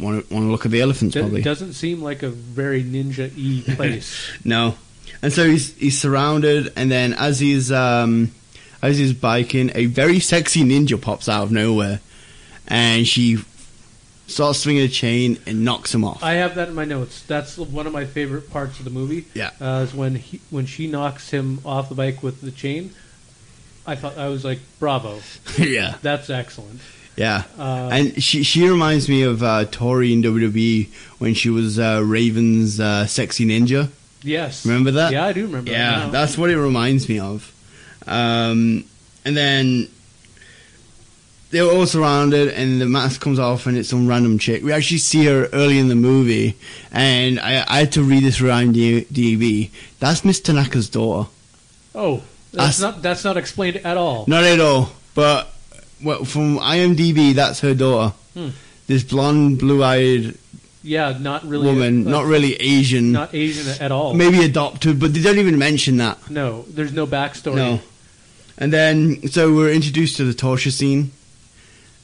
Want to want to look at the elephants? That probably doesn't seem like a very ninja y place. No. And so he's he's surrounded, and then as he's um, as he's biking, a very sexy ninja pops out of nowhere, and she starts swinging a chain and knocks him off. I have that in my notes. That's one of my favorite parts of the movie. Yeah. uh, is when he, when she knocks him off the bike with the chain. I thought I was like, bravo, yeah, that's excellent. yeah. Uh, and she she reminds me of uh, Tori in WWE when she was uh, Raven's uh, sexy ninja. yes, Remember that? Yeah, I do remember. that Yeah, now. that's what it reminds me of. Um, and then they're all surrounded, and the mask comes off, and it's some random chick. We actually see her early in the movie, and I, I had to read this around DB. That's Miss Tanaka's daughter. oh, that's Us- not that's not explained at all. Not at all, but well, from IMDb, that's her daughter. Hmm. This blonde, blue-eyed Yeah, not really. woman, uh, not really Asian, not Asian at all. maybe adopted, but they don't even mention that. No, there's no backstory. No. And then, so we're introduced to the torture scene,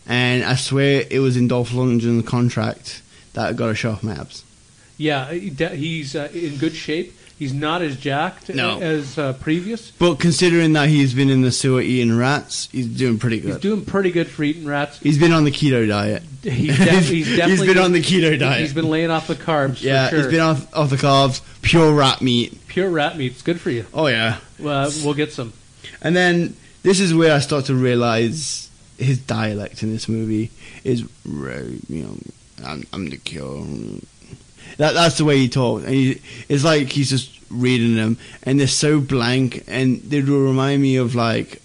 and I swear it was in Dolph Lundgren's contract that I got a shot off my abs. Yeah, he- de- he's uh, in good shape. He's not as jacked No. as uh, previous. But considering that he's been in the sewer eating rats, he's doing pretty He's good. doing pretty good for eating rats. he's been on the keto diet. He's, de- he's He's- he's definitely been on the keto diet. He's been laying off the carbs. for Yeah, sure. he's been off, off the carbs, pure rat meat. pure rat meat's good for you. Oh, yeah. Uh, we'll get some. And then this is where I start to realize his dialect in this movie is right. You know, I'm, I'm the cure. That that's the way he talks. And he, it's like he's just reading them, and they're so blank, and they do remind me of like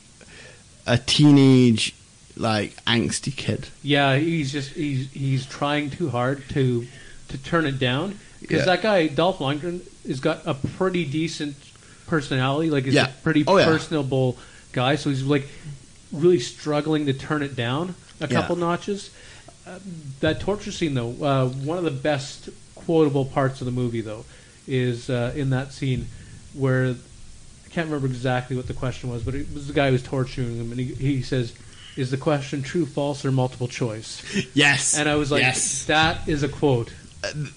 a teenage, like angsty kid. Yeah, he's just he's he's trying too hard to to turn it down because Yeah. that guy Dolph Lundgren has got a pretty decent personality. Like he's Yeah. a pretty Oh, yeah. personable guy. So he's like really struggling to turn it down a Yeah. couple notches. Uh, that torture scene though, uh, one of the best quotable parts of the movie though is uh, in that scene where I can't remember exactly what the question was, but it was the guy who was torturing him, and he, he says, "Is the question true, false, or multiple choice?" Yes, And I was like, "That is a quote."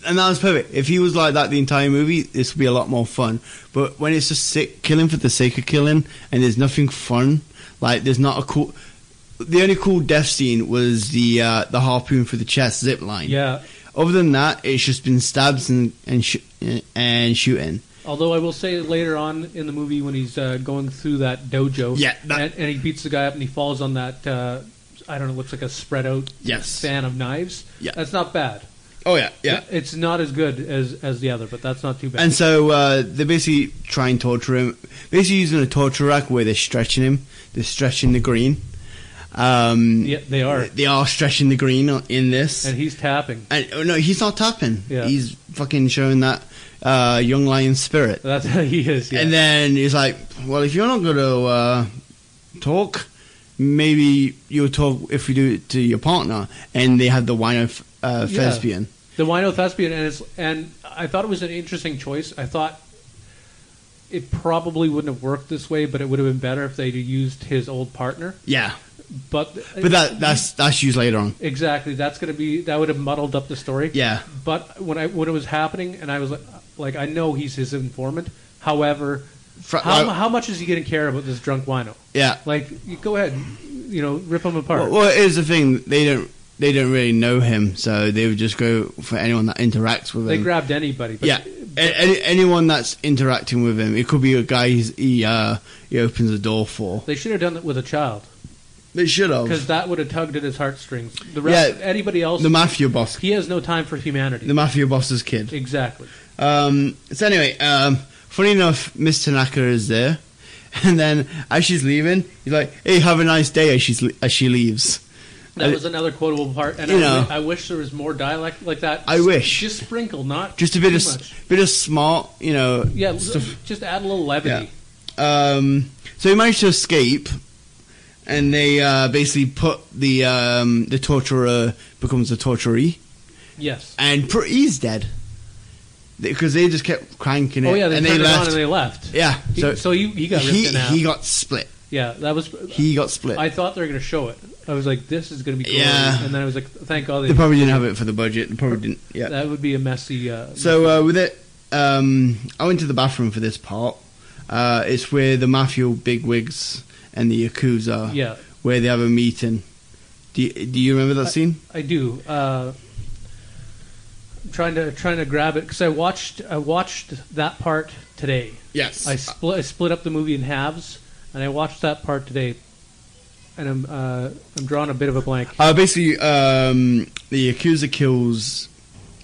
and that was perfect. If he was like that the entire movie, this would be a lot more fun. But when it's just sick killing for the sake of killing, and there's nothing fun, like there's not a cool. The only cool death scene was the uh, the harpoon for the chest zip line. Yeah. Other than that, it's just been stabs and and sh- and shooting. Although I will say later on in the movie when he's uh, going through that dojo, Yeah, that- and, and he beats the guy up and he falls on that. Uh, I don't know. Looks like a spread out Yes. fan of knives. Yeah. that's not bad. Oh yeah, it's not as good as as the other, but that's not too bad. And so uh, they basically try and torture him, basically using a torture rack where they're stretching him, they're stretching the green. Um, yeah, they are, They are stretching the green in this. and he's tapping. And, oh, no, he's not tapping. Yeah. He's fucking showing that uh, young lion spirit. That's how he is. Yeah. And then he's like, well, if you're not going to uh, talk, maybe you'll talk if we do it to your partner. And they have the wino f- uh, Yeah. thespian. The Wino Thespian, and it's and I thought it was an interesting choice. I thought it probably wouldn't have worked this way, but it would have been better if they'd used his old partner. Yeah. But But that that's that's used later on. exactly that's going to be that would have muddled up the story. Yeah. But when I when it was happening, and I was like, like I know he's his informant. However, Fr- how, well, how much is he going to care about this drunk Wino? yeah. Like, you go ahead, you know, rip him apart. Well, well, here's the thing. They don't they don't really know him, so they would just go for anyone that interacts with they him. grabbed anybody. But Yeah, a- any, anyone that's interacting with him, it could be a guy he's, he uh, he opens the door for. They should have done that with a child. They should because have that would have tugged at his heartstrings. The rest, Yeah, anybody else, the mafia boss, he has no time for humanity. the mafia boss's kid. exactly. Um, so anyway, um, funny enough, Miss Tanaka is there, and then as she's leaving, he's like, "Hey, have a nice day." As she's le- as she leaves, That I- was another quotable part, and You I, know. I wish there was more dialect like that. I wish. just sprinkle, not just a bit too of much. s bit of smart, you know, yeah, l- stuff just add a little levity. Um, so he managed to escape, and they uh, basically put the um, the torturer becomes the torturee, Yes. and pr- he's dead because they just kept cranking it. Oh yeah, they and turned they it on left. and they left. yeah, He- so, so, he, he got ripped he, in half. he got split. yeah, that was. He got split. I thought they were going to show it. I was like, this is going to be. Glorious. Yeah. And then I was like, thank God they. they probably didn't have it for the budget. They probably didn't. Yeah. That would be a messy. Uh, So uh, with it, um, I went to the bathroom for this part. Uh, it's where the mafia bigwigs and the yakuza, Yeah. where they have a meeting. Do you, do you remember that scene? I do. Uh, trying to trying to grab it because I watched I watched that part today. Yes. I split I split up the movie in halves, and I watched that part today. And I'm uh, I'm drawing a bit of a blank. Uh, basically, um, the accuser kills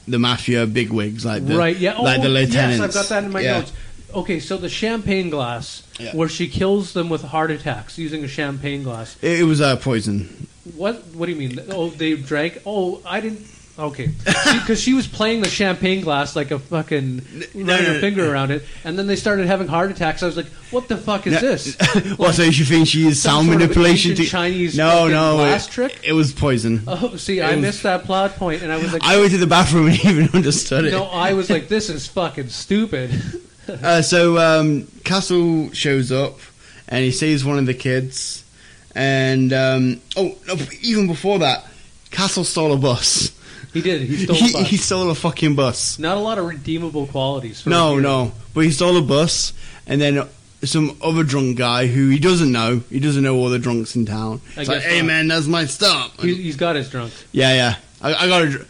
the mafia bigwigs, like the, right? Yeah. like oh, the lieutenants. Yes, I've got that in my Yeah. notes. Okay, so the champagne glass, Yeah. where she kills them with heart attacks using a champagne glass. It, it was uh, poison. What? What do you mean? Oh, they drank. Oh, I didn't. Okay, because she was playing the champagne glass like a fucking running no, her no. finger around it, and then they started having heart attacks. I was like, "What the fuck is No. this?" Well, so you think she used Some sound sort of manipulation ancient to Chinese No, fucking no, glass it, trick? It was poison. Oh, see, I It was- missed that plot point, and I was like, I went to the bathroom and even understood it. "No, I was like, this is fucking stupid." Uh, so um, Castle shows up and he sees one of the kids. And um, oh, no, even before that, Castle stole a bus. He did. He stole. he, the bus. he stole a fucking bus. Not a lot of redeemable qualities. For No, him. no, but he stole a bus, and then some other drunk guy who he doesn't know. He doesn't know all the drunks in town. I It's like, guess hey not." man, that's my stop. He, he's got his drunk. Yeah, yeah. I, I got to.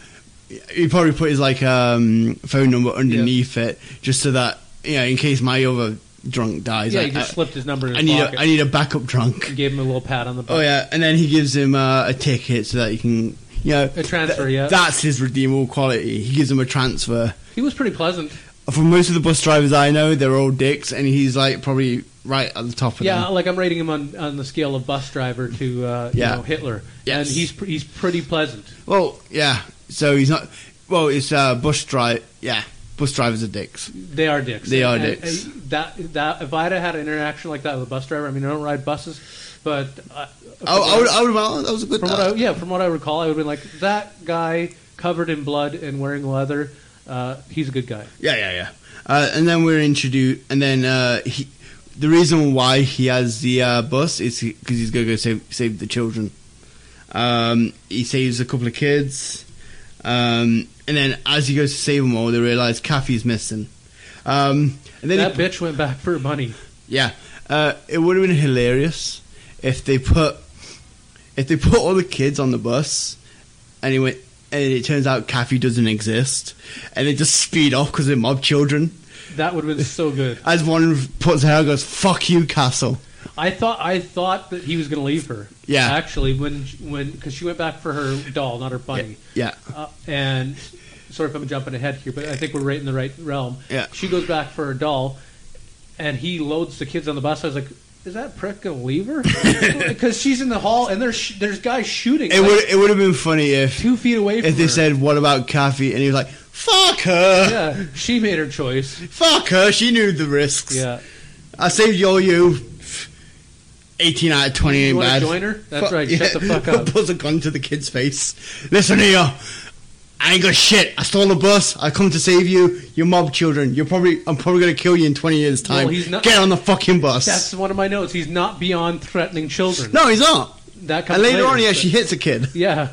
He probably put his like um, phone number underneath it just so that you know, in case my other drunk dies. yeah, I, he just I- slipped his number in I his need pocket. a I need a backup drunk. and gave him a little pat on the Oh butt. yeah, and then he gives him uh, a ticket so that he can you know A transfer, th- yeah. That's his redeemable quality. He gives him a transfer. He was pretty pleasant. For most of the bus drivers I know, they're all dicks, and he's like probably right at the top of Yeah, them. like I'm rating him on, on the scale of bus driver to uh, Yeah. you know Hitler, Yes. and he's pr- he's pretty pleasant. Well, yeah. So he's not. Well, it's uh, bus drive. Yeah, bus drivers are dicks. They are dicks. They are And- dicks. and that that if I'd have had an interaction like that with a bus driver, I mean I don't ride buses, but uh, I, Oh, I would. I would. well, That was a good. from what I, uh, yeah, from what I recall, I would have been like that guy covered in blood and wearing leather. Uh, he's a good guy. Yeah, yeah, yeah. Uh, and then we're introduced, and then uh, he, the reason why he has the uh, bus is because he's gonna go save save the children. Um, he saves a couple of kids, um, and then as he goes to save them all, they realize Kathy's missing. Um, and then that he- bitch went back for money. yeah, uh, it would have been hilarious if they put if they put all the kids on the bus, and it went. And it turns out Kathy doesn't exist, and they just speed off because they're mob children. That would have been so good. As one puts her out, goes, "Fuck you, Castle." I thought I thought that he was going to leave her. Yeah. actually, when when because she went back for her doll, not her bunny. Yeah, Uh, and sorry if I'm jumping ahead here, but I think we're right in the right realm. Yeah. she goes back for her doll, and he loads the kids on the bus. I was like. Is that prick gonna leave her? Because she's in the hall and there's sh- there's guys shooting it like, would it would have been funny if two feet away from if they her. said, "What about Kathy?" and he was like, "Fuck her, yeah, she made her choice. fuck her." She knew the risks. Yeah, I saved your you. Eighteen out of twenty ain't You wanna bad. join her? That's Fu- right, shut the fuck up. Puts a gun to the kid's face. Listen here. I ain't got shit. I stole a bus. I come to save you. You mob children. You're probably. I'm probably gonna kill you in 20 years' time. he's not- Get on the fucking bus. that's one of my notes. He's not beyond threatening children. no, he's not. that comes And later, on, but- he actually hits a kid. yeah,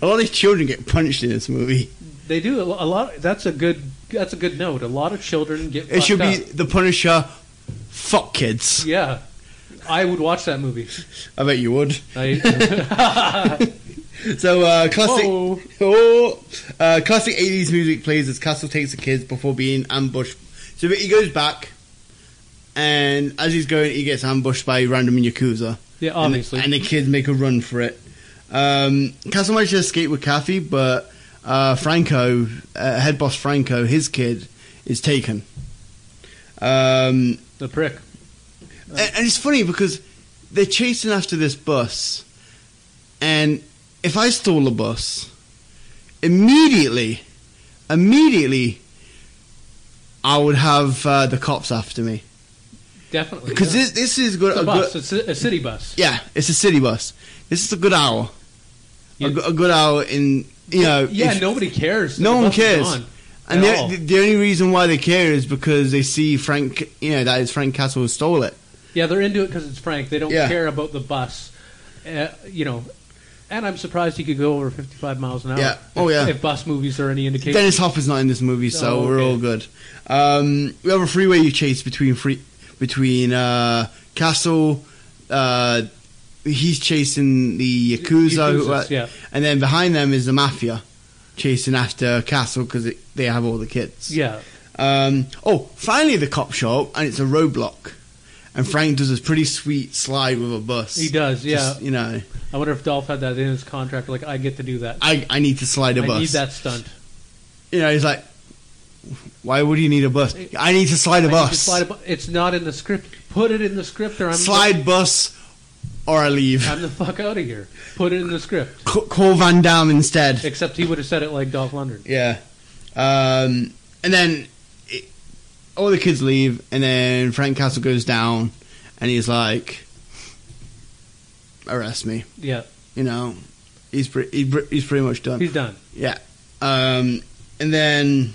a lot of these children get punished in this movie. They do a lo- a lot. That's a good. That's a good note. A lot of children get. It should be fucked the Punisher. Fuck kids. up. Yeah, I would watch that movie. I bet you would. I, So uh, classic. Whoa. Oh, uh, classic eighties music plays as Castle takes the kids before being ambushed. So he goes back, and as he's going, he gets ambushed by random yakuza. yeah, obviously. and the, and the kids make a run for it. Um, Castle managed to escape with Kathy, but uh, Franco, uh, head boss Franco, his kid is taken. Um, the prick. and, and it's funny because they're chasing after this bus, and if I stole a bus, immediately, immediately, I would have uh, the cops after me Definitely. because uh, yeah. this this is good. it's a a bus. good- It's a, a city bus. yeah, it's a city bus. This is a good hour. Yeah. A, go- a good hour in you know. Yeah. if- nobody cares. that no the one bus is cares. on. and at all. the, the only reason why they care is because they see Frank. You know that is Frank Castle who stole it. Yeah, they're into it because it's Frank. They don't Yeah. care about the bus. Uh, you know. And I'm surprised he could go over 55 miles an hour. Yeah. Oh, yeah. If, if bus movies are any indication. Dennis Hopper's not in this movie, so Oh, we're okay. all good. Um, we have a freeway chase between free, between uh, Castle. Uh, he's chasing the yakuza, who- uh, Yakuzas, yeah. and then behind them is the mafia chasing after Castle because they have all the kids. Yeah. Um, oh, finally the cop show up, and it's a roadblock. And Frank does this pretty sweet slide with a bus. He does, yeah. Just, you know, I wonder if Dolph had that in his contract. Like, I get to do that. I, I need to slide a I bus. need that stunt. You know, he's like, why would you need a bus? I need to slide a I need to bus. slide a bu- it's not in the script. Put it in the script, or I'm slide bus, or I leave. I'm the fuck out of here. Put it in the script. C- call Van Damme instead. Except he would have said it like Dolph Lundgren. Yeah. Um, and then it, all the kids leave, and then Frank Castle goes down, and he's like, arrest me. Yeah, You know, he's, pre- he pre- he's pretty much done. he's done. Yeah. Um, and then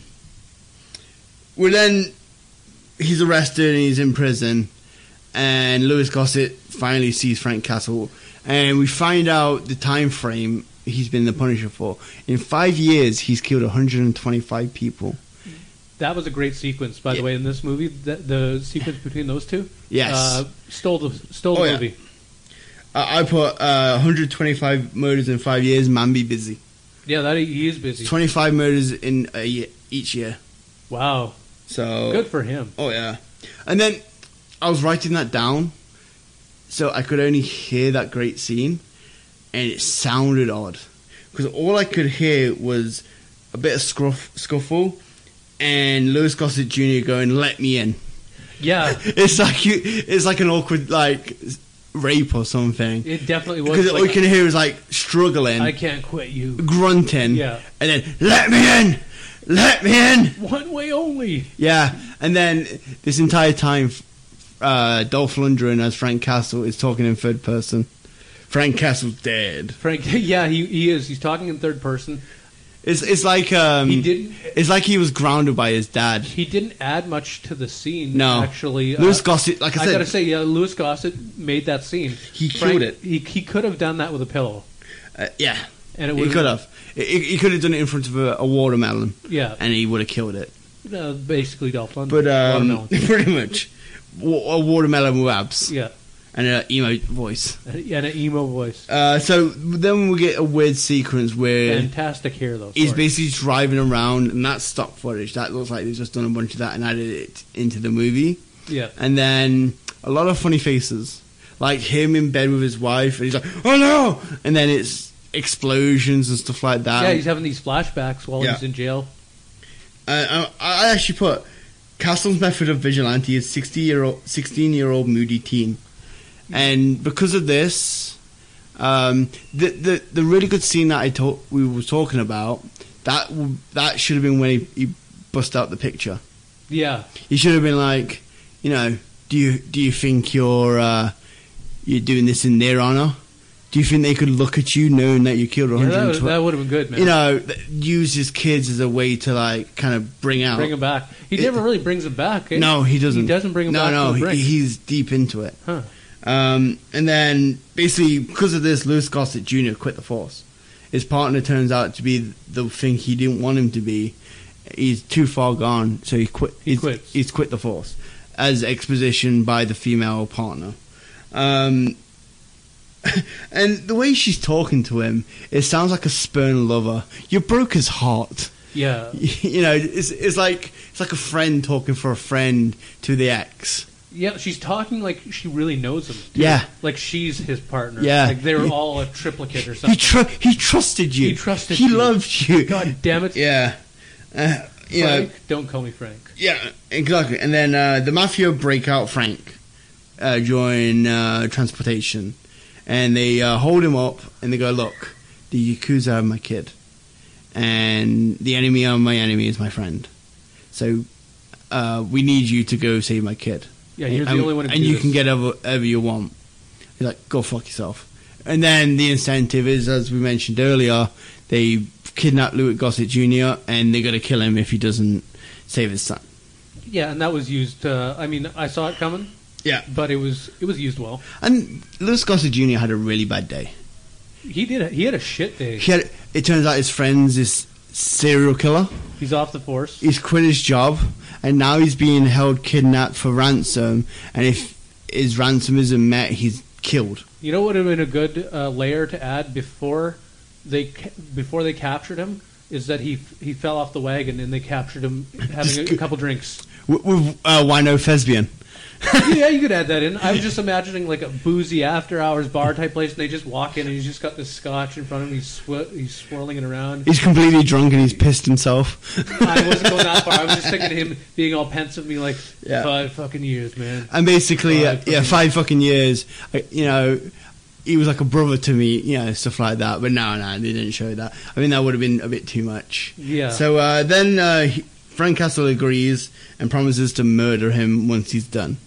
we're then he's arrested and he's in prison. And Lewis Gossett finally sees Frank Castle, and we find out the time frame he's been the Punisher for. In five years, he's killed 125 people. That was a great sequence, by Yeah. the way, in this movie. The, the sequence between those two. Yes, Uh, stole the stole Oh, the yeah. movie. I, I put uh, 125 murders in five years. Man, be busy. Yeah, that he is busy. 25 murders in a year, each year. Wow, So good for him. Oh yeah, and then I was writing that down, so I could only hear that great scene, and it sounded odd because all I could hear was a bit of scruff, scuffle, and Lewis Gossett Jr. going "Let me in." Yeah, It's like you, it's like an awkward like rape or something it definitely was. because all Like, you can hear is like struggling, I can't quit you. grunting, Yeah. and then "Let me in." Let me in! One way only. Yeah, and then this entire time, uh, Dolph Lundgren as Frank Castle is talking in third person. Frank Castle's dead. Frank. Yeah, he, he is. He's talking in third person. It's it's like um, He didn't. It's like he was grounded by his dad. He didn't add much to the scene. No. actually, uh, Lewis Gossett, like I, I said, gotta say, yeah, Lewis Gossett made that scene. he Frank- killed it. He, he could have done that with a pillow, Uh, yeah, and it he would could have. He, he could have done it in front of a, a watermelon, Yeah, and he would have killed it. uh, basically Dolph Lundgren. But um, Watermelon. pretty much, wa- a watermelon with abs yeah, and an emo voice. and and an emo voice. Uh, so then we get a weird sequence where Fantastic hair though. He's sorry. basically driving around, and that's stock footage. That looks like they've just done a bunch of that and added it into the movie. yeah, And then a lot of funny faces, like him in bed with his wife, and he's like, "Oh no!" And then it's explosions and stuff like that. yeah. He's having these flashbacks while Um, Yeah. he's in jail. Uh, I, I actually put Castle's method of vigilante is sixty year old, sixteen year old moody teen, and because of this, um, the the the really good scene that I told we were talking about that w- that should have been when he, he bust out the picture. Yeah, He should have been like, you know, do you do you think you're uh, you're doing this in their honor? Do you think they could look at you knowing that you killed yeah that, 120? would have been good, man. you know, th- use his kids as a way to like kind of bring out bring him back. He It- never really brings him back. eh? no, he doesn't. He doesn't bring him no, back. No, to the he- brink. he's deep into it. Huh. Um, and then basically because of this, Lewis Gossett Jr. quit the force. His partner turns out to be the thing he didn't want him to be. He's too far gone, so he quit. He he's, quits. He's quit the force as exposition by the female partner. Um, and the way she's talking to him, it sounds like a spurned lover. You broke his heart yeah, you know, it's it's like it's like a friend talking for a friend to the ex. yeah. She's talking like she really knows him. too. Yeah. like she's his partner. Yeah. like they're He- all a triplicate or He something. tr- he trusted you. He trusted He you. loved you. God damn it, Yeah. Uh, you know, Frank! Don't call me Frank. yeah, exactly. And then uh, the mafia break out Frank uh, during uh, transportation, and they uh, hold him up and they go, "Look, the yakuza are my kid, and the enemy of my enemy is my friend. So uh, we need you to go save my kid." Yeah, you're the and, only one. Who and do you this. can get ever, ever you want. He's like, go fuck yourself. And then the incentive is, as we mentioned earlier, they kidnap Lewitt Gossett Jr. and they're gonna kill him if he doesn't save his son. Yeah, and that was used. Uh, I mean, I saw it coming. Yeah. but it was it was used well. And Lewis Gossett Jr. had a really bad day. He did. He had a shit day. He had, it turns out his friend's this serial killer. He's off the force. He's quit his job, and now he's being held kidnapped for ransom. And if his ransom isn't met, he's killed. You know what would have been a good uh, layer to add before they ca- before they captured him is that he he fell off the wagon and they captured him having a, a couple drinks. With, with uh, Wino Thespian. yeah, you could add that in. I was just imagining like a boozy after hours bar type place, and they just walk in and he's just got this scotch in front of him. He's sw- he's swirling it around. He's completely drunk and he's pissed himself. I wasn't going that far. I was just thinking of him being all pensive, me like Yeah. five fucking years, man. And basically, Five uh, yeah, fucking- five fucking years. uh, You know, he was like a brother to me. You know, stuff like that. But no, no, they didn't show that. I mean, that would have been a bit too much. Yeah. So uh, then uh, he, Frank Castle agrees and promises to murder him once he's done.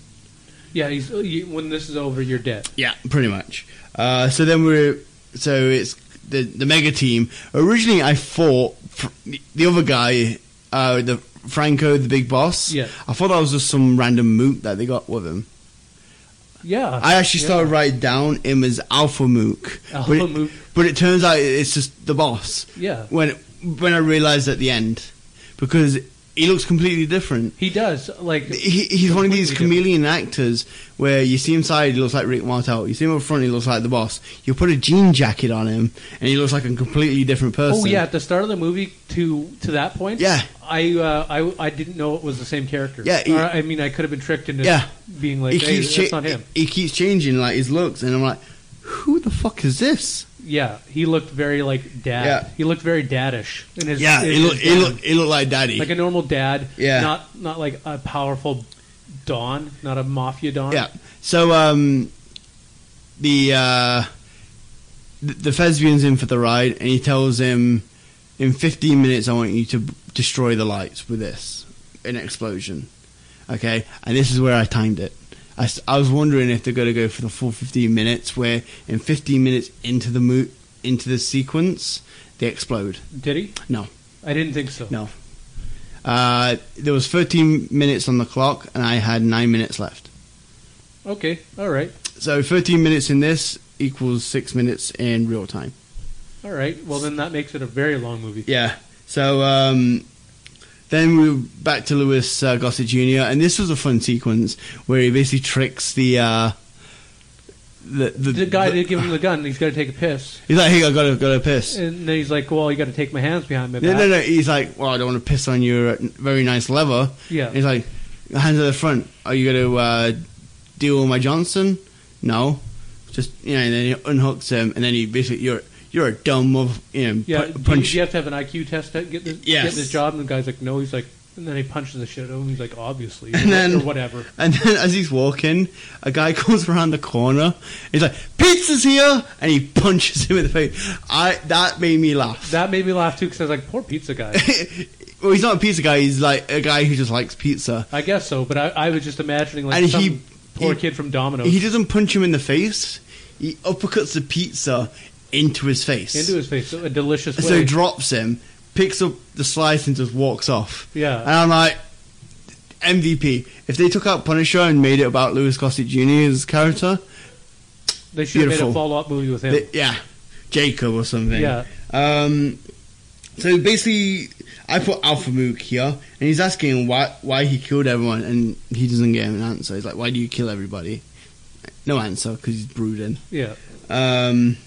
Yeah, he's uh, you, when this is over, you're dead. Yeah, pretty much. Uh, so then we're so it's the the mega team. Originally, I thought fr- the other guy, uh, the Franco, the big boss. Yeah. I thought that was just some random moot that they got with him. Yeah, I actually started writing down him as Alpha Mook. Alpha but it, Mook. But it turns out it's just the boss. Yeah. When when I realized at the end, because he looks completely different. He does like He, he's one of these Completely chameleon actors where you see him side, he looks like Rick Martel. You see him up front, he looks like the boss. You put a jean jacket on him, and he looks like a completely different person. Oh yeah, at the start of the movie to to that point. uh, Yeah. I uh, I I didn't know it was the same character. Yeah, he- Or, I mean, I could have been tricked into Yeah. being like, He hey, keeps, that's cha- not him. he keeps changing like his looks, and I'm like, who the fuck is this? Yeah, he looked very like dad. Yeah. he looked very daddish. In his, Yeah, in he look, his he dad. look, he look like daddy. like a normal dad. Yeah. not not like a powerful don, not a mafia don. Yeah. So um, the uh, the, the thespian's in for the ride, and he tells him, "In 15 minutes, I want you to b- destroy the lights with this, an explosion." Okay, and this is where I timed it. I, s- I was wondering if they're going to go for the full 15 minutes, where in 15 minutes into the mo- into the sequence, they explode. Did he? No. I didn't think so. No. Uh, there was 13 minutes on the clock, and I had nine minutes left. Okay, all right, So 13 minutes in this equals six minutes in real time. all right. Well, then that makes it a very long movie. Yeah. So um, then we were back to Lewis uh, Gossett Jr. and this was a fun sequence where he basically tricks the uh, the, the The guy the- did give him the gun. He's got to take a piss, He's like, "Hey, I gotta gotta piss." and then he's like, "Well, you got to take my hands behind my back." No, no, no. He's like, "Well, I don't want to piss on your uh, very nice leather." Yeah. He's like, "Hands at the front. Are you gonna uh, deal with my Johnson?" No. Just you know, and then he unhooks him, and then he basically you're you're a dumb of you know Yeah, pu- do you- punch. Do you, have to have an IQ test to get this, Yes. get this job? And the guy's like, no. He's like, and then he punches the shit out of him. He's like, obviously, And then- or whatever. And then as he's walking, a guy comes around the corner. He's like, "Pizza's here!" And he punches him in the face. I that made me laugh. That made me laugh too because I was like, poor pizza guy. well, he's not a pizza guy. He's like a guy who just likes pizza. I guess so, but I, I was just imagining like And some he- poor he- kid from Domino's He doesn't punch him in the face. He uppercuts the pizza into his face. into his face, so a delicious so way. he drops him, picks up the slice, and just walks off. Yeah. And I'm like, MVP. If they took out Punisher and made it about Louis Gossett Jr.'s character, they should have made beautiful. a follow up movie with him. Th- yeah, Jacob or something. Yeah. Um, so basically, I put Alpha Mook here, and he's asking why why he killed everyone, and he doesn't get an answer. He's like, "Why do you kill everybody?" No answer because he's brooding. yeah, Um,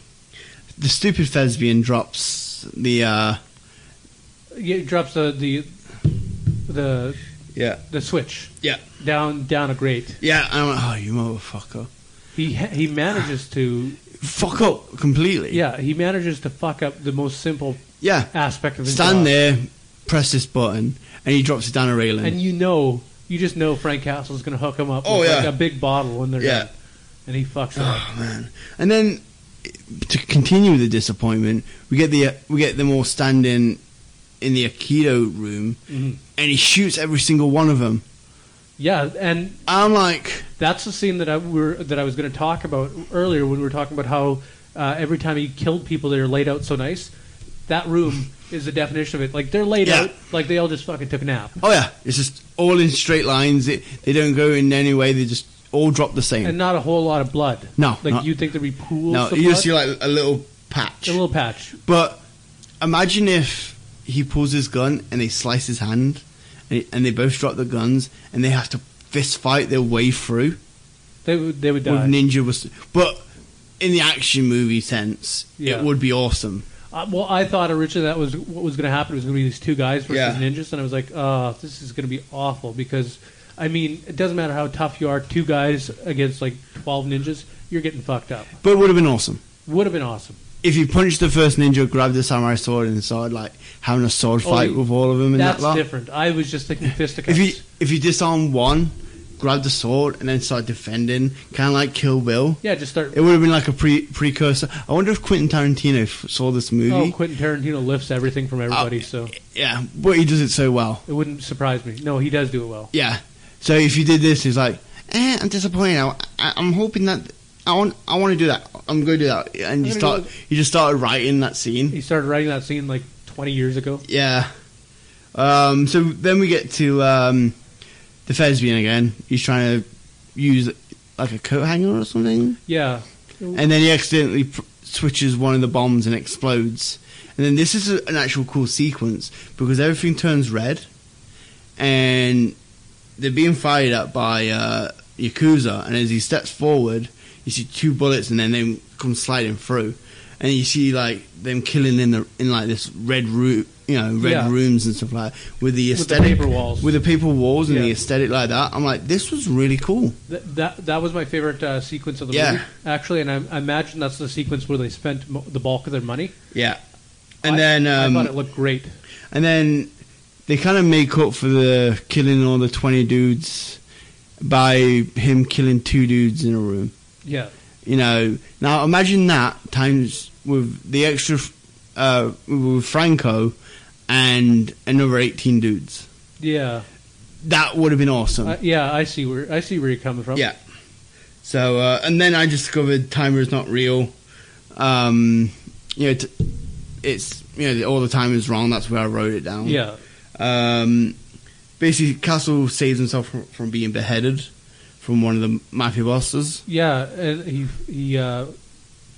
the stupid thespian drops the uh, yeah. He drops the the the yeah the switch yeah down down a grate. yeah. And I'm like, "Oh, you motherfucker! He ha- he manages to Fuck up completely." yeah he manages to fuck up the most simple yeah. aspect of his job. Stand there, press this button, and he drops it down a railing. and you know, you just know Frank Castle's going to hook him up Oh, with yeah. like a big bottle when they're Yeah. done, and he fucks him up. Oh man! And then to continue the disappointment, we get the uh, we get them all standing in the Aikido room, Mhm. and he shoots every single one of them. Yeah, and I'm like, that's the scene that I were that I was going to talk about earlier when we were talking about how uh, every time he killed people, they were laid out so nice. That room is the definition of it. Like they're laid Yeah. out like they all just fucking took a nap. oh yeah, it's just all in straight lines. It, they don't go in any way. They just all drop the same. And not a whole lot of blood. No, like not- you'd think there'd be pools. no, of you just blood. see like a little patch. a little patch. but imagine if he pulls his gun and they slice his hand, and, and they both drop the guns, and they have to fist fight their way through. They would they would with die. ninja was but in the action movie sense Yeah. it would be awesome Uh, well, I thought originally that was what was going to happen. It was going to be these two guys versus Yeah. ninjas, and I was like, "Oh, this is going to be awful." Because I mean, it doesn't matter how tough you are. Two guys against like twelve ninjas, you're getting fucked up. But it would have been awesome. Would have been awesome. If you punched the first ninja, grabbed the samurai sword, and started like having a sword Oh, fight you- with all of them, and That's that lot. different. I was just thinking If fisticuffs. you if you disarm one, grab the sword, and then start defending, kind of like Kill Bill, yeah, just start. it would have been like a pre precursor. I wonder if Quentin Tarantino f- saw this Oh, movie. Quentin Tarantino lifts everything from everybody, Oh, so yeah, but he does it so well. it wouldn't surprise me. No, he does do it well. Yeah. So if you did this, it's like, eh, I'm disappointed. I, I, I'm hoping that I want I want to do that. I'm going to do that, and you I'm gonna start you just started writing that scene. He started writing that scene like 20 years ago. Yeah. Um, so then we get to um, the thespian again. He's trying to use like a coat hanger or something, Yeah, and then he accidentally pr- switches one of the bombs and explodes. And then this is a, an actual cool sequence because everything turns red, and they're being fired at by uh, Yakuza. And as he steps forward, you see two bullets, and then they come sliding through. And you see like them killing in the in like this red room, you know, red Yeah. rooms and stuff like that, with the With the aesthetic paper walls. with the paper walls and the Yeah. aesthetic like that. I'm like, this was really cool. Th- that that was my favorite uh, sequence of the Yeah. movie, actually, and I, I imagine that's the sequence where they spent mo- the bulk of their money. Yeah. And I- then um, I thought it looked great. And then they kind of make up for the killing all the 20 dudes by him killing two dudes in a room. Yeah, You know, now imagine that times with the extra, uh, with Franco and another 18 dudes. yeah, That would have been awesome. I, yeah. I see where I see where you're coming from. Yeah. So, uh, and then I discovered timer is not real. Um, you know, t- it's, you know, all the time is wrong. That's where I wrote it down. yeah. Um, basically, Castle saves himself from, from being beheaded from one of the mafia bosses. Yeah, and he he. Uh,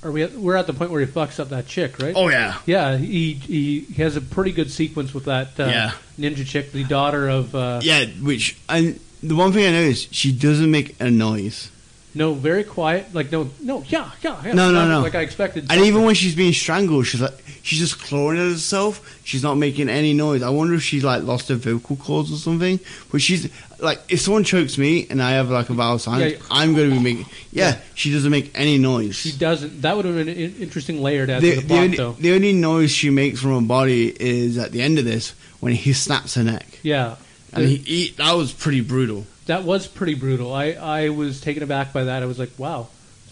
are we? At, we're at the point where he fucks up that chick, right? Oh yeah, Yeah, he he has a pretty good sequence with that uh, Yeah. ninja chick, the daughter of. Uh, yeah. Which and the one thing I noticed, she doesn't make a noise, No, very quiet. Like no, no, yeah, yeah. yeah No, no, Not no. Like I expected. and even when she's being strangled, she's like she's just clawing at herself. She's not making any noise. I wonder if she's like lost her vocal cords or something. But she's like, if someone chokes me and I have like a vowel sign, Yeah. I'm going to be making. Yeah, she doesn't make any noise. she doesn't. That would have been an in- interesting layer to add the, to the the plot, only, though. the only noise she makes from her body is at the end of this when he snaps her neck, Yeah, and he, he that was pretty brutal. that was pretty brutal. I I was taken aback by that. I was like, wow.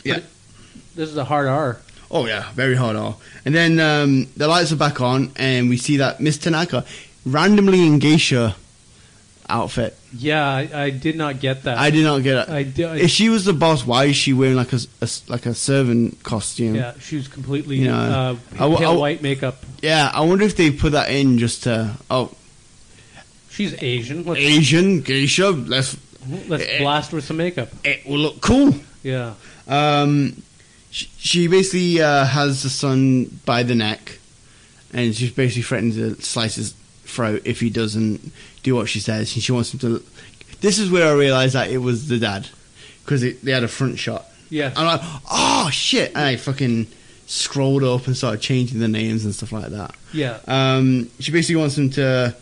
Yeah. Pretty- This is a hard R. Oh yeah, very hard R. And then um, the lights are back on, and we see that Miss Tanaka randomly in geisha outfit. Yeah, I, I did not get that. I did not get it. I did. I- if she was the boss, why is she wearing like a, s- a s- like a servant costume? yeah, she was completely You know, uh, I w- pale I w- white makeup. Yeah, I wonder if they put that in just to oh She's Asian. Let's, Asian geisha. Let's let's eh. blast her with some makeup. it will look cool. Yeah, Um, she, she basically uh, has the son by the neck, and she basically threatens to slice his throat if he doesn't do what she says. And she wants him to. This is where I realized that it was the dad because they had a front shot. yeah. I'm like, oh shit! And I fucking scrolled up and started changing the names and stuff like that. Yeah, Um, she basically wants him to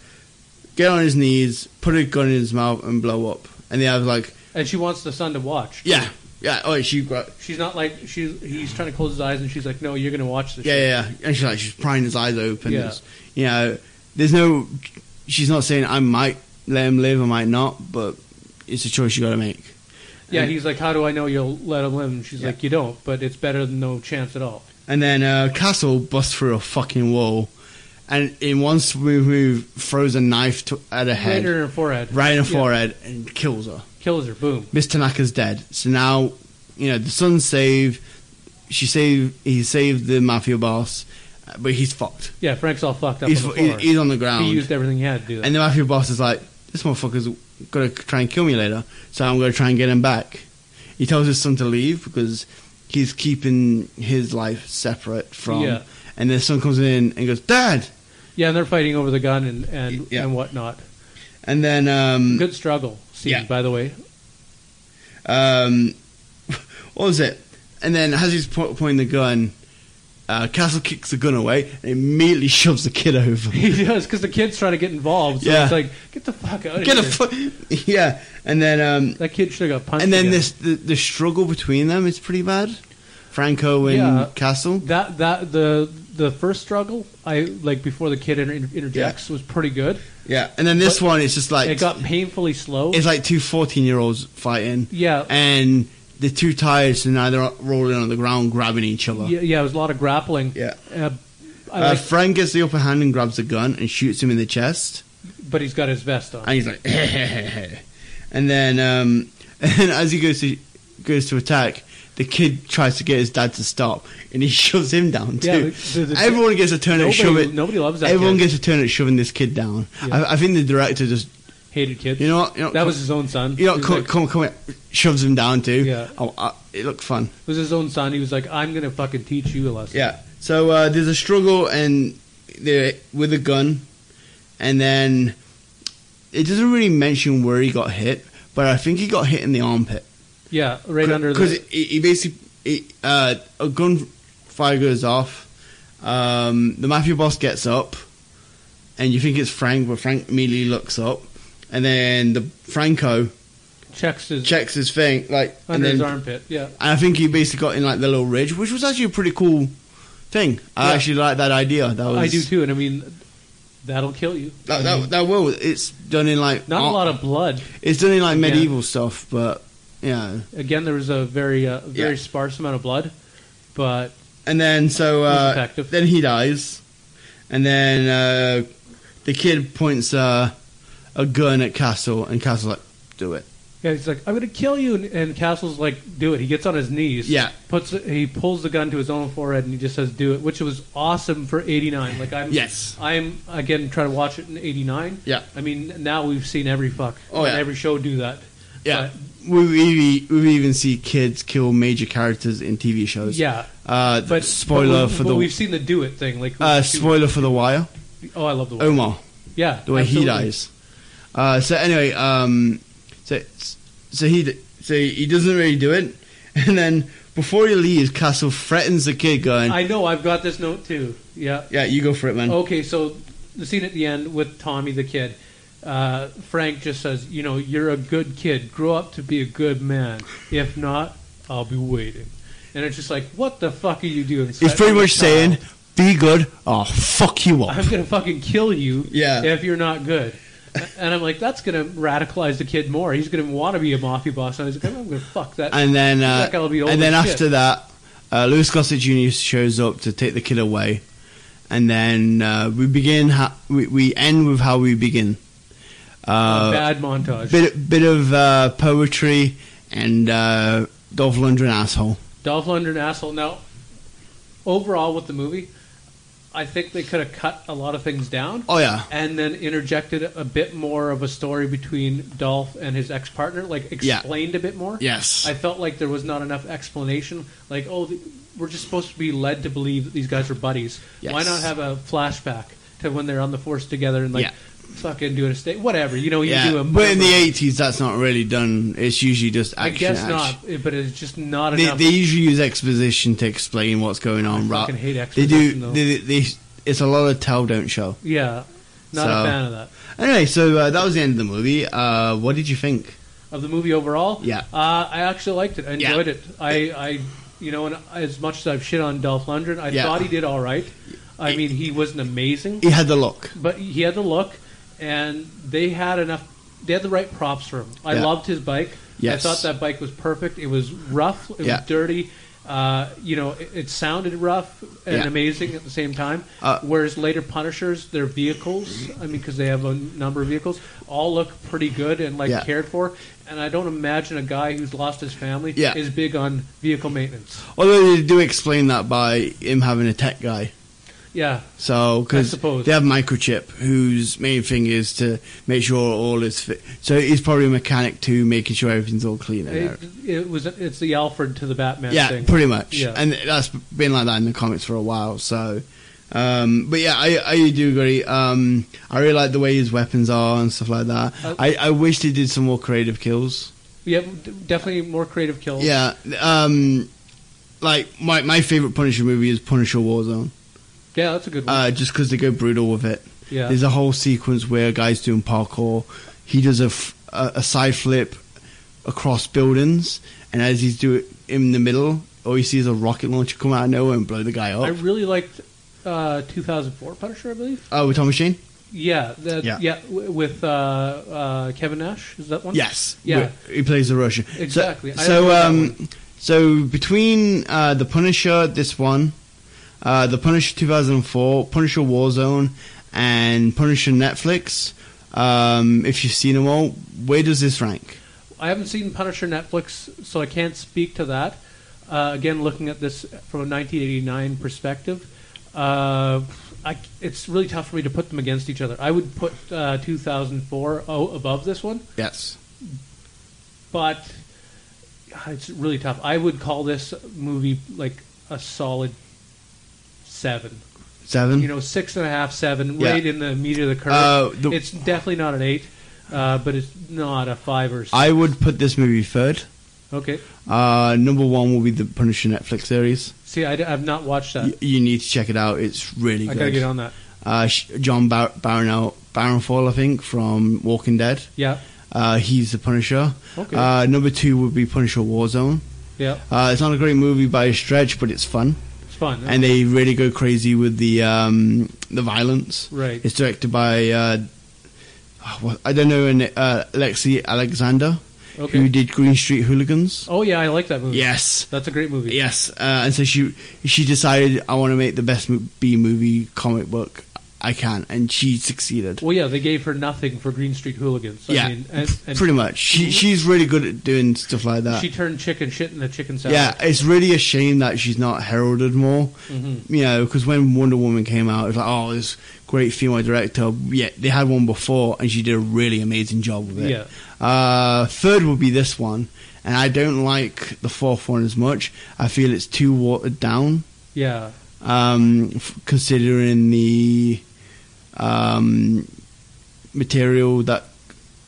get on his knees, put a gun in his mouth, and blow up. And they have like, and she wants the son to watch. yeah, yeah. Oh, she got She's not like she's. He's trying to close his eyes, and she's like, "No, you're going to watch this." Yeah, shit." yeah, yeah. And she's like, she's prying his eyes open. Yeah. It's- You know, there's no. She's not saying I might let him live, I might not, but it's a choice you got to make. Yeah, And- he's like, "How do I know you'll let him live?" And she's Yeah. like, "You don't, but it's better than no chance at all." And then uh, Castle busts through a fucking wall, and in one smooth move, throws a knife to, at her Right head, in her forehead. right in her Yeah. forehead, and kills her. Kills her. Boom. Miss Tanaka's dead. So now, you know, the son's saved. She saved. He saved the mafia boss, uh, but he's fucked. Yeah, Frank's all fucked up He's, on the he's, floor. he's on the ground. he used everything he had to do that. And the mafia boss is like, this motherfucker's gonna try and kill me later, so I'm gonna try and get him back. He tells his son to leave because he's keeping his life separate from. Yeah. And the son comes in and goes, Dad! yeah, and they're fighting over the gun and and, Yeah. and whatnot. And then, um, Good struggle scene, Yeah. by the way. um, what was it? And then as he's po- pointing the gun, Uh, Castle kicks the gun away and immediately shoves the kid over. He does because the kid's trying to get involved. So Yeah. it's like, get the fuck out of Get a here. fu- yeah, and then um, that kid should have got punched. and then again. this the, the struggle between them is pretty bad. Franco and Yeah. Castle. that that the the first struggle I like before the kid inter- interjects was pretty good. Yeah, and then this But one is just like it got painfully slow. it's like two 14 year olds fighting, Yeah, and the two tires and now they're rolling on the ground grabbing each other. yeah, yeah. It was a lot of grappling. Yeah. Uh, I Uh, like, Frank gets the upper hand and grabs a gun and shoots him in the chest, but he's got his vest on. and he's like, and then um, and as he goes to goes to attack, the kid tries to get his dad to stop, and he shoves him down too. Yeah, the- the- the- Everyone gets a turn at nobody, shoving. nobody loves that. Everyone kid. gets a turn at shoving this kid down. Yeah. I, I think the director just, hated kids. you know, what, you know, what, that was his own son. you know, what, He was come, like- come, come, here, shoves him down too. Yeah. oh, uh, it looked fun. it was his own son. He was like, "I'm gonna fucking teach you a lesson." Yeah. So uh, there's a struggle and they're with a gun, and then it doesn't really mention where he got hit, but I think he got hit in the armpit. yeah, right under because the. he he basically he, uh, a gunfire goes off. Um, the mafia boss gets up, and you think it's Frank, but Frank immediately looks up, and then the Franco checks his checks his thing like and under then his armpit. Yeah, and I think he basically got in like the little ridge, which was actually a pretty cool thing. I Yeah. actually like that idea. That was I do too. And I mean, that'll kill you. That, that, that will. It's done in like Not a ar- lot of blood. It's done in like Yeah. medieval stuff, but yeah. Again, there was a very uh, very Yeah. sparse amount of blood, but And then so was uh, effective. then he dies, and then uh, the kid points uh, a gun at Castle, and Castle's like, "Do it." yeah, he's like, "I'm gonna kill you," and, and Castle's like, "Do it." He gets on his knees. Yeah. puts he pulls the gun to his own forehead and he just says, "Do it," which was awesome for '89. Like I'm Yes. I'm again trying to watch it in '89. Yeah. I mean now we've seen every fuck Oh, yeah. every show do that. Yeah. We we, we even see kids kill major characters in TV But, shows. yeah, Uh, but spoiler but we- for but the we've seen the do it thing. Like uh, spoiler for the Wire. oh, I love the one. Omar. yeah the way absolutely. he dies. Uh, so anyway, um, so so he so he doesn't really do it, and then before he leaves, Castle threatens the kid, going, I Oh, know I've got this note too. Yeah. "Yeah, you go for it, man." Okay, so the scene at the end with Tommy the kid, uh, Frank just says, "You know, you're a good kid. Grow up to be a good man. If not, I'll be waiting." And it's just like, what the fuck are you doing? He's pretty threatening much a child? saying, "Be good, or fuck you up." "I'm gonna fucking kill you Yeah. if you're not good." And I'm like, that's gonna radicalize the kid more. He's gonna want to be a mafia boss. And I was like, I'm gonna fuck that. And then uh, That guy'll be old and then as shit. after that, uh, Louis Gossett Jr. shows up to take the kid away, and then uh, we begin. Ha- we we end with how we begin. Uh, Bad montage. bit bit of uh, poetry and uh, Dolph Lundgren asshole. Dolph Lundgren asshole. Now, overall with the movie, I think they could have cut a lot of things down. Oh yeah, and then interjected a bit more of a story between Dolph and his ex partner, like Yeah. explained a bit more. yes, I felt like there was not enough explanation. Like, oh, th- we're just supposed to be led to believe that these guys are buddies. Yes. Why not have a flashback to when they're on the force together and like Yeah. fucking doing a state, whatever? You know, you yeah. do a but in the eighties, that's not really done. It's usually just I action. guess not, eh, action. but it's just not They, enough. they usually use exposition to explain what's going on. I right? fucking hate they do. exposition, though. They, they, it's a lot of tell don't show. yeah, not So- a fan of that. Anyway, so uh, that was the end of the movie. Uh, what did you think? of the movie overall. Yeah. uh, I actually liked it. I Yeah. enjoyed it. I, I, you know, and as much as I've shit on Dolph Lundgren, I Yeah. thought he did all right. I It- mean, he wasn't amazing, He had the look. but he had the look, and they had enough. They had the right props for him. I Yeah. loved his bike. Yes. I thought that bike was perfect. It was rough. It Yeah. was dirty. Uh, you know, it, it sounded rough and Yeah. amazing at the same time. Uh, Whereas later Punishers, their vehicles, I mean, because they have a number of vehicles, all look pretty good and like Yeah. cared for. And I don't imagine a guy who's lost his family Yeah. is big on vehicle maintenance. Although they do explain that by him having a tech guy. Yeah, So, I because suppose. they have microchip, whose main thing is to make sure all is fit. So he's probably a mechanic too, making sure everything's all clean. And it, everything. it was it's the Alfred to the Batman yeah, thing. pretty much. Yeah. And that's been like that in the comics for a while. So, um, but yeah, I, I do agree. Um, I really like the way his weapons are and stuff like that. Uh, I, I wish they did some more creative kills. Oh. yeah, d- definitely more creative kills. Yeah. Um, like my my favorite Punisher movie is Punisher Warzone, Yeah, that's a good one. uh, just because they go brutal with it. yeah. There's a whole sequence where a guy's doing parkour. He does a, f- a- a side flip across buildings, and as he's doing in the middle, all you see is a rocket launcher come out of nowhere and blow the guy I up. really liked uh, 2004 Punisher, I believe. Oh, with Tom Machine? Yeah, that, Yeah. yeah, w- with uh, uh, Kevin Nash. Is that one? Yes. Yeah. Wh- He plays the Russian. So- Exactly. I So, remember that um, so between uh, the Punisher, this one, uh, the Punisher 2004, Punisher Warzone, and Punisher Netflix, um, if you've seen them all, where does this rank? I haven't seen Punisher Netflix, so I can't speak to that. Uh, again, looking at this from a 1989 perspective, uh, I, it's really tough for me to put them against each other. I would put uh, 2004 o- oh, above this one, Yes. but it's really tough. I would call this movie like a solid seven. Seven. you know, six and a half, seven, Yeah. right in the meat of the curve. Uh, the- it's definitely not an eight, uh, but it's not a five or six. I would put this movie third. okay. Uh, number one will be the Punisher Netflix series. See, I, have not watched that. Y- you need to check it out. It's really I good. gotta get on that. Uh, Sh- John Bar- Baron Baronfall, I think, from Walking Dead. Yeah, Uh, he's the Punisher. Okay. Uh, number two would be Punisher Warzone. yeah, Uh, it's not a great movie by a stretch, but it's fun, it's fun. and they really go crazy with the um, the violence. right. It's directed by uh, oh, what- I don't know, an, uh, Alexei Alexander, okay. who did Green Street Hooligans. oh yeah, I like that movie. Yes, that's a great movie. yes. Uh, and so she she decided I want to make the best mo- B movie comic book I can, and she succeeded. Well, yeah, they gave her nothing for Green Street Hooligans. I yeah, mean, uh, and, and pretty much. She she's really good at doing stuff like that. she turned chicken shit into chicken salad. Yeah, it's really a shame that she's not heralded more. Mm-hmm. You know, because when Wonder Woman came out, it was like, oh, this great female director. Yeah, they had one before, and she did a really amazing job with it. Yeah. Uh, third would be this one, and I don't like the fourth one as much. I feel it's too watered down, yeah, um, f- considering the um, material that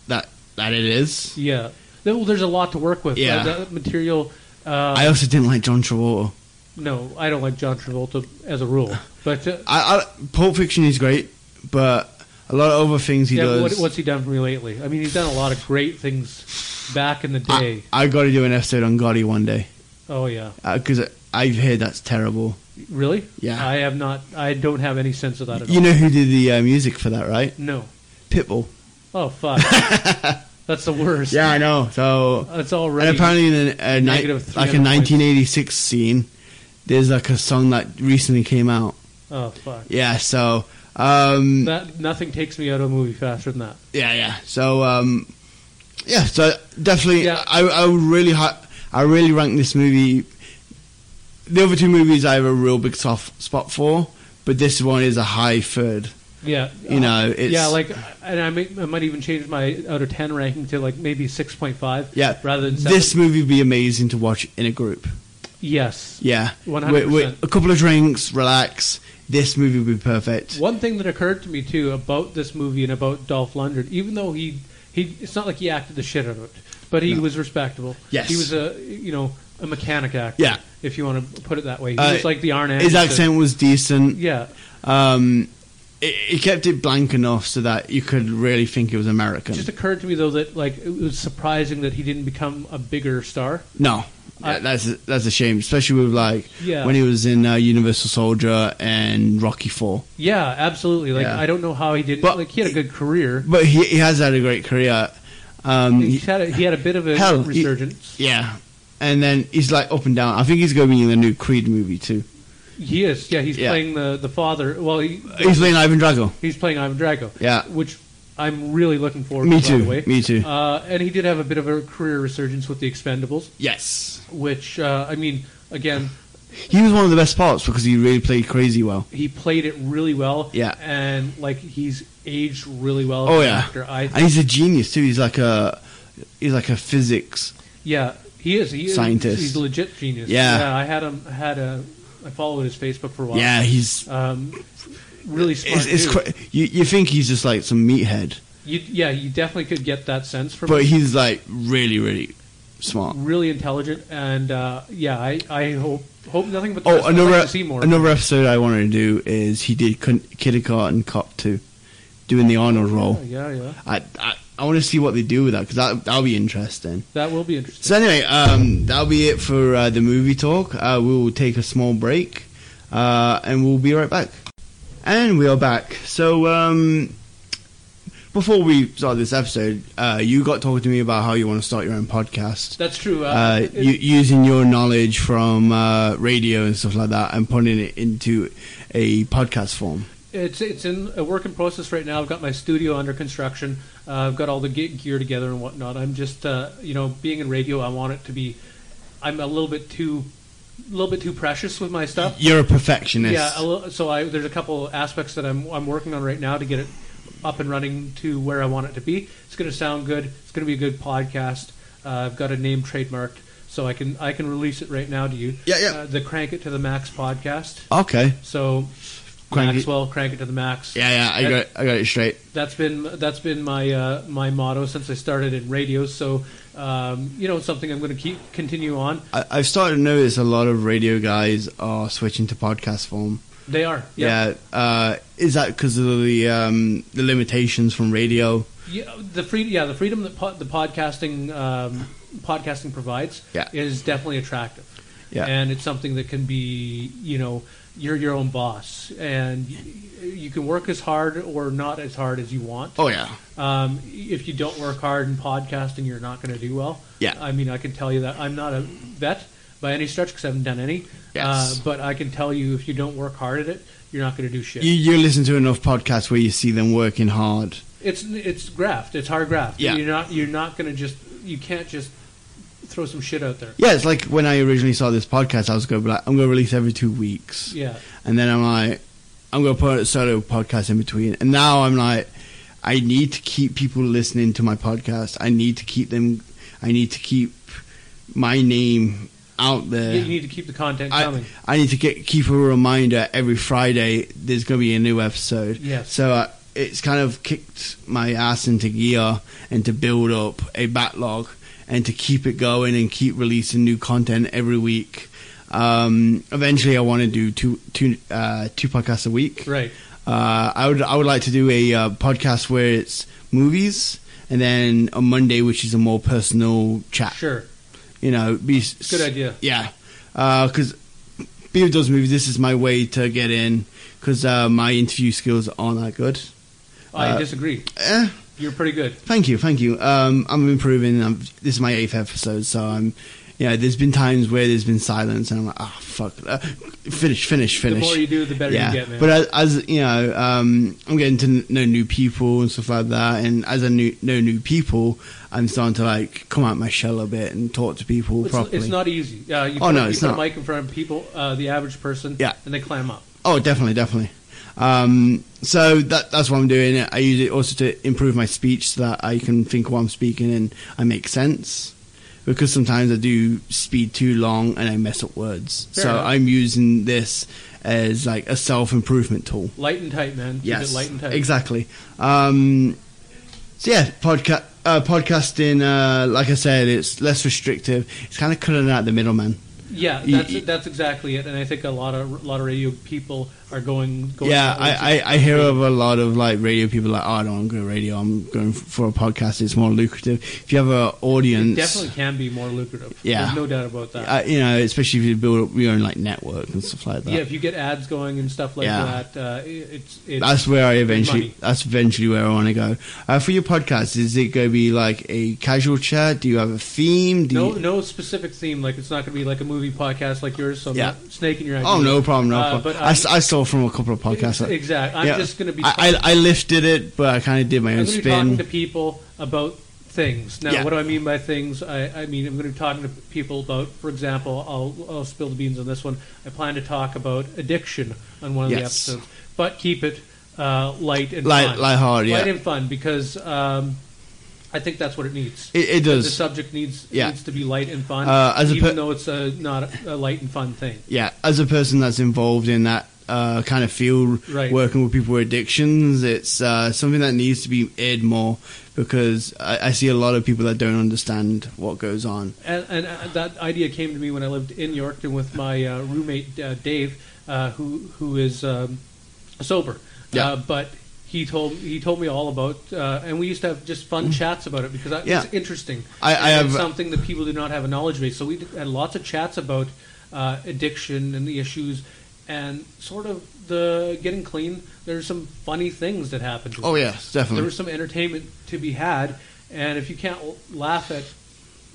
that that it is. yeah. There- well, there's a lot to work with. Yeah. Uh, that material. Uh, I also didn't like John Travolta. no, I don't like John Travolta as a rule, but uh, I, I Pulp Fiction is great, but a lot of other things he yeah, but does. What, what's he done for me lately? I mean, he's done a lot of great things back in the I, day. I got to do an episode on Gotti one day oh yeah, because I've heard that's terrible. really? Yeah. I have not. I don't have any sense of that at You all. know who did the uh, music for that, right? No. Pitbull. Oh fuck. That's the worst. Yeah, I know. So It's already. and apparently in a, a ni- Negative like a 300 1986 scene, there's like a song that recently came out. oh fuck. Yeah, so um, That nothing takes me out of a movie faster than that. yeah, yeah. So um, yeah, so definitely, Yeah. I I would really hi- I really rank this movie. The other two movies I have a real big soft spot for, but this one is a high third. Yeah. Uh, You know, it's yeah, like, and I, may, I might even change my out of ten ranking to like maybe six point five. yeah. Rather than seven. This movie would be amazing to watch in a group. Yes. Yeah, 100%. With- with a couple of drinks, relax. This movie would be perfect. One thing that occurred to me too about this movie and about Dolph Lundgren, even though he he, it's not like he acted the shit out of it, but he No. was respectable. Yes. he was a you know a mechanic actor. Yeah. if you want to put it that way, he Uh, was like the Arn His Anderson. accent was decent. Yeah, Um, it, it kept it blank enough so that you could really think it was it American. just occurred to me though that like it was surprising that he didn't become a bigger star. No, I- that's that's a shame, especially with like Yeah. when he was in uh, Universal Soldier and Rocky Four. Yeah, absolutely. Like Yeah. I don't know how he didn't. But- like he had a good career. But he, he has had a great career. Um, He he- had a, he had a bit of a Hell, he- resurgence. yeah, and then he's like up and down. I think he's going to be in the new Creed movie too. He is. Yeah, he's Yeah. playing the the father. Well, he He's playing Ivan Drago. he's playing Ivan Drago. Yeah. which I'm really looking forward Me to. By the too. way. Me too. Uh, and he did have a bit of a career resurgence with the Expendables, yes, which uh, I mean, again, he was one of the best parts because he really played crazy well. he played it really well. Yeah. and like he's aged really well. Oh, as an yeah. actor. I And he's a genius too. He's like a he's like a physics. yeah, he is. He is Scientist. He's a legit genius. Yeah. I had him. I Had a. I followed his Facebook for a while. Yeah, he's um, really smart. it's, it's dude. cra- you you think he's just like some meathead, You- yeah, you definitely could get that sense from. but him. he's like really really smart. really intelligent, and uh, yeah, I, I hope hope nothing but the best. Oh, I'd like another to see more. another episode I wanted to do is he did Kun- Kindergarten Cop two, doing the Arnold role. Yeah, yeah, yeah. I I, I want to see what they do with that because that that'll be interesting. that will be interesting. So anyway, um, that'll be it for uh, the movie talk. Uh, we will take a small break, uh, and we'll be right back. And we are back. So um, before we start this episode, uh, you got talking to me about how you want to start your own podcast. That's true. Uh, Uh, it- u- using your knowledge from uh, radio and stuff like that and putting it into a podcast form. It's it's in a work in process right now. I've got my studio under construction. Uh, I've got all the ge- gear together and whatnot. I'm just uh, you know being in radio. I want it to be. I'm a little bit too, a little bit too precious with my stuff. You're a perfectionist. Yeah. A little, so I there's a couple aspects that I'm I'm working on right now to get it up and running to where I want it to be. It's going to sound good. It's going to be a good podcast. Uh, I've got a name trademarked, so I can I can release it right now to you. Yeah, yeah. Uh, the Crank It to the Max podcast. okay. So. Crank it- Maxwell, crank it to the max. Yeah, yeah. I That- got, it, I got it straight. that's been that's been my uh, my motto since I started in radio. So um, you know, it's something I'm going to keep continue on. I, I've started to notice a lot of radio guys are switching to podcast form. They are, yeah. Yeah. Uh, is that because of the um, the limitations from radio? yeah the free, yeah, the freedom that po- the podcasting um, podcasting provides Yeah. is definitely attractive. Yeah. and it's something that can be you know you're your own boss and. y you can work as hard or not as hard as you want. Oh yeah. Um, if you don't work hard in podcasting, you're not going to do well. Yeah. I mean, I can tell you that I'm not a vet by any stretch because I haven't done any. Yes. Uh, but I can tell you if you don't work hard at it, you're not going to do shit. You, you listen to enough podcasts where you see them working hard. it's it's graft. It's hard graft. Yeah. You're not you're not going to just you can't just throw some shit out there. Yeah, it's like when I originally started this podcast, I was going to be like, I'm going to release every two weeks. Yeah. And then I'm like, I'm going to put a solo podcast in between. And now I'm like, I need to keep people listening to my podcast. I need to keep them, I need to keep my name out there. You, you need to keep the content I, coming. I need to get, keep a reminder every Friday there's going to be a new episode. Yes. So uh, it's kind of kicked my ass into gear and to build up a backlog and to keep it going and keep releasing new content every week. Um, eventually, I want to do two two uh, two podcasts a week. Right. Uh, I would I would like to do a uh, podcast where it's movies. And then on Monday, which is a more personal chat Sure. you know, be Good idea. Yeah, Uh, because being with those movies, this is my way to get in because uh, my interview skills aren't that good. I Uh, disagree. Eh, You're pretty good. thank you, thank you. Um, I'm improving. I'm, this is my eighth episode, so I'm. Yeah, there's been times where there's been silence, and I'm like, ah, fuck, uh, finish, finish, The finish. more you do, the better yeah, you get, man. but as, as you know, um, I'm getting to kn- know new people and stuff like that, and as I knew, know new people, I'm starting to like come out my shell a bit and talk to people it's, properly. it's not easy. Uh, you Oh, put, no, you it's put not. a mic in front of people, uh, the average person, Yeah. and they clam up. Oh, definitely, definitely. Um, so that that's what I'm doing. I use it also to improve my speech so that I can think while I'm speaking and I make sense. Because sometimes I do speed too long and I mess up words. Fair so enough. I'm using this as like a self improvement tool. Light and tight, man. Keep Yes, it light and tight. exactly. Um, so yeah, podcast uh, podcasting. Uh, like I said, it's less restrictive. It's kind of cutting out the middleman. Yeah, You- that's you- that's exactly it. And I think a lot of a lot of radio people are going. going yeah, that way I, too. I, I hear of a lot of like radio people like, oh, I don't want to go radio. I'm going f- for a podcast. It's more lucrative. If you have an It audience, definitely can be more lucrative. Yeah. There's no doubt about that. uh, you know, especially if you build up your own like network and stuff like that. yeah, if you get ads going and stuff like Yeah. that, uh, it- it's it's that's where I eventually. money. That's eventually where I want to go. Uh, for your podcast, is it going to be like a casual chat? Do you have a theme? Do no you, no specific theme. Like it's not going to be like a movie podcast like yours. So I'm Yeah. not snaking your idea. Oh no problem, no Uh, problem. but I, I- s- I saw from a couple of podcasts. that- Exactly. I'm yeah, just going to be. I, I, I lifted it, but I kind of did my I'm own going to be talking spin. to people about things. Now, Yeah. what do I mean by things? I, I mean I'm going to be talking to people about, for example, I'll, I'll spill the beans on this one. I plan to talk about addiction on one of Yes. the episodes, but keep it uh, light and Light- fun. lighthearted, yeah. light and fun because um, I think that's what it needs. It, it the does. subject needs Yeah. needs to be light and fun, Uh, as a even per- though it's a, not a, a light and fun thing. yeah, as a person that's involved in that uh, uh, kind of feel Right. working with people with addictions. It's uh, something that needs to be aired more because I, I see a lot of people that don't understand what goes on. and, and uh, that idea came to me when I lived in Yorkton with my uh, roommate uh, Dave, uh, who who is um, sober. Yeah. Uh, but he told he told me all about, uh, and we used to have just fun chats about it because I, Mm. Yeah. it's interesting. I- I And it's have- uh, something that people do not have a knowledge base. So we d- had lots of chats about uh, addiction and the issues, and sort of the getting clean. There's some funny things that happen. To Oh us yes, there definitely. was some entertainment to be had, and if you can't l- laugh at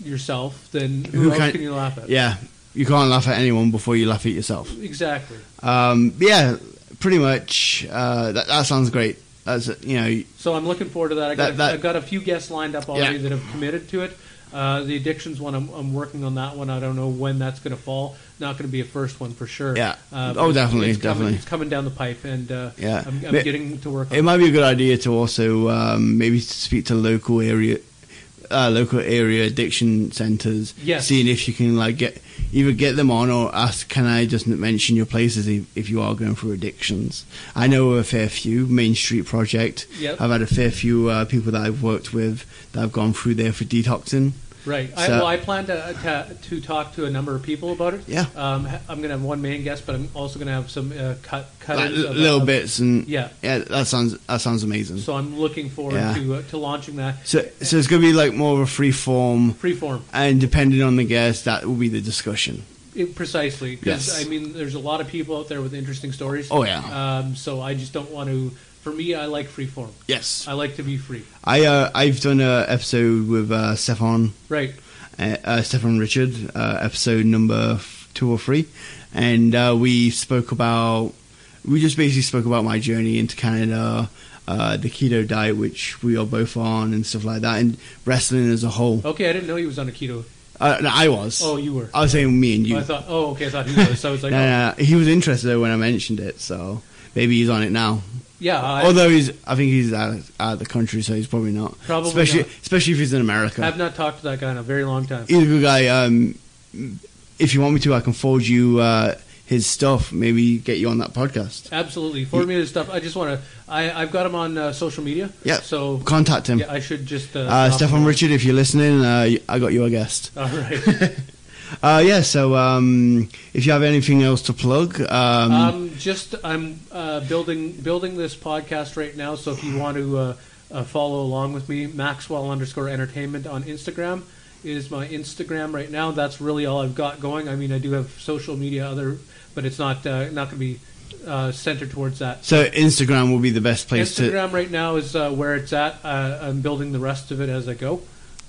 yourself, then who, Who else can- can you laugh at? yeah, you can't laugh at anyone before you laugh at yourself. exactly. Um, but yeah, pretty much. Uh, that, that sounds great. That's you know, So I'm looking forward to that. I got, That- a, that- I've got a few guests lined up already Yeah. that have committed to it. Uh, the addictions one, I'm, I'm working on that one. I don't know when that's going to fall. Not going to be a first one for sure. Yeah. Uh, but Oh, it's- definitely, it's coming, definitely. It's coming down the pipe, and uh, Yeah. I'm, I'm But- getting to work. on it might be a good idea to also um, maybe speak to local area. Uh, local area addiction centers, Yes. seeing if you can like get either get them on or ask. Can I just mention your places if, if you are going through addictions? I know a fair few Main Street Project. Yep. I've had a fair few uh, people that I've worked with that have gone through there for detoxing. Right. I, So- well, I plan to, to to talk to a number of people about it. Yeah. Um, ha- I'm going to have one main guest, but I'm also going to have some uh, cut cut like, l- little bits and Yeah. yeah, that sounds that sounds amazing. So, So I'm looking forward Yeah. to uh, to launching that so, it's gonna be like more of a free form, freeform and depending on the guest, that will be the discussion. it, precisely because Yes. I mean there's a lot of people out there with interesting stories. Oh, yeah. Um, so I just don't want to. For me, I like freeform. Yes, I like to be free. I uh, I've done a episode with uh, Stefan Right. uh, uh, Stefan Richard, uh, episode number f- two or three, and uh, we spoke about we just basically spoke about my journey into Canada, uh, the keto diet which we are both on, and stuff like that, and wrestling as a whole. Okay. I didn't know he was on a keto. Uh, no, I was. Oh, you were. I was saying me and you. I thought. Oh, okay. I thought he was. So I was like, No, oh, no, no. he was interested though when I mentioned it, so maybe he's on it now. oh, yeah. I, Although he's, I think he's out, out of the country, so he's probably not. Probably especially, not. especially if he's in America. have not talked to that guy in a very long time. he's a good guy. Um, if you want me to, I can forward you uh, his stuff. Maybe get you on that podcast. Absolutely. Forward me his stuff. I just want to. I I've got him on uh, social media. Yeah. So Contact him, yeah, I should just. Uh, uh, drop Stefan him. Richard. If you're listening, uh, I got you a guest. All right. Uh, yeah. So um, if you have anything else to plug, um, um, just I'm uh, building building this podcast right now. So if you want to uh, uh, follow along with me, Maxwell underscore Entertainment on Instagram is my Instagram right now. That's really all I've got going. I mean, I do have social media other, but it's not uh, not going to be uh, centered towards that. so Instagram will be the best place to. Instagram right now is uh, where it's at. Uh, I'm building the rest of it as I go,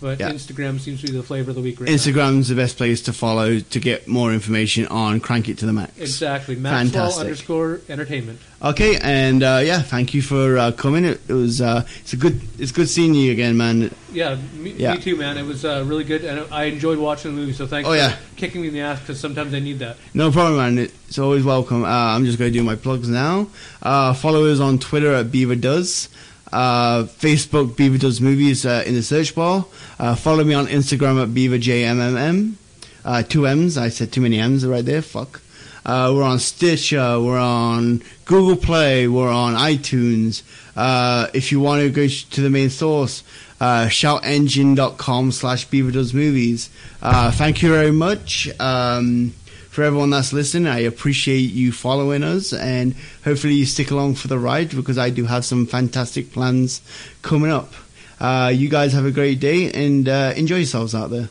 but Yeah. Instagram seems to be the flavor of the week right now. Instagram's the best place to follow to get more information on Crank It to the Max. Exactly. Maxwell Fantastic. underscore entertainment. Okay, and uh, yeah, thank you for uh, coming. It, it was uh, it's a good it's good seeing you again, man. Yeah me, Yeah. me too, man. It was uh, really good, and I enjoyed watching the movie. So thanks Oh, for yeah. kicking me in the ass because sometimes I need that. No problem, man. It's always welcome. Uh, I'm just going to do my plugs now. Uh, follow us on Twitter at Beaver Does. Uh, Facebook Beaver Does Movies uh, in the search bar. Uh, follow me on Instagram at Beaver JMMM. Uh, two M's. I said too many M's right there. Fuck. Uh, we're on Stitcher. We're on Google Play. We're on iTunes. Uh, if you want to go sh- to the main source, uh, shoutengine.com slash Beaver Does Movies. Uh, thank you very much. Um, for everyone that's listening, I appreciate you following us and hopefully you stick along for the ride because I do have some fantastic plans coming up. Uh, you guys have a great day and uh, enjoy yourselves out there.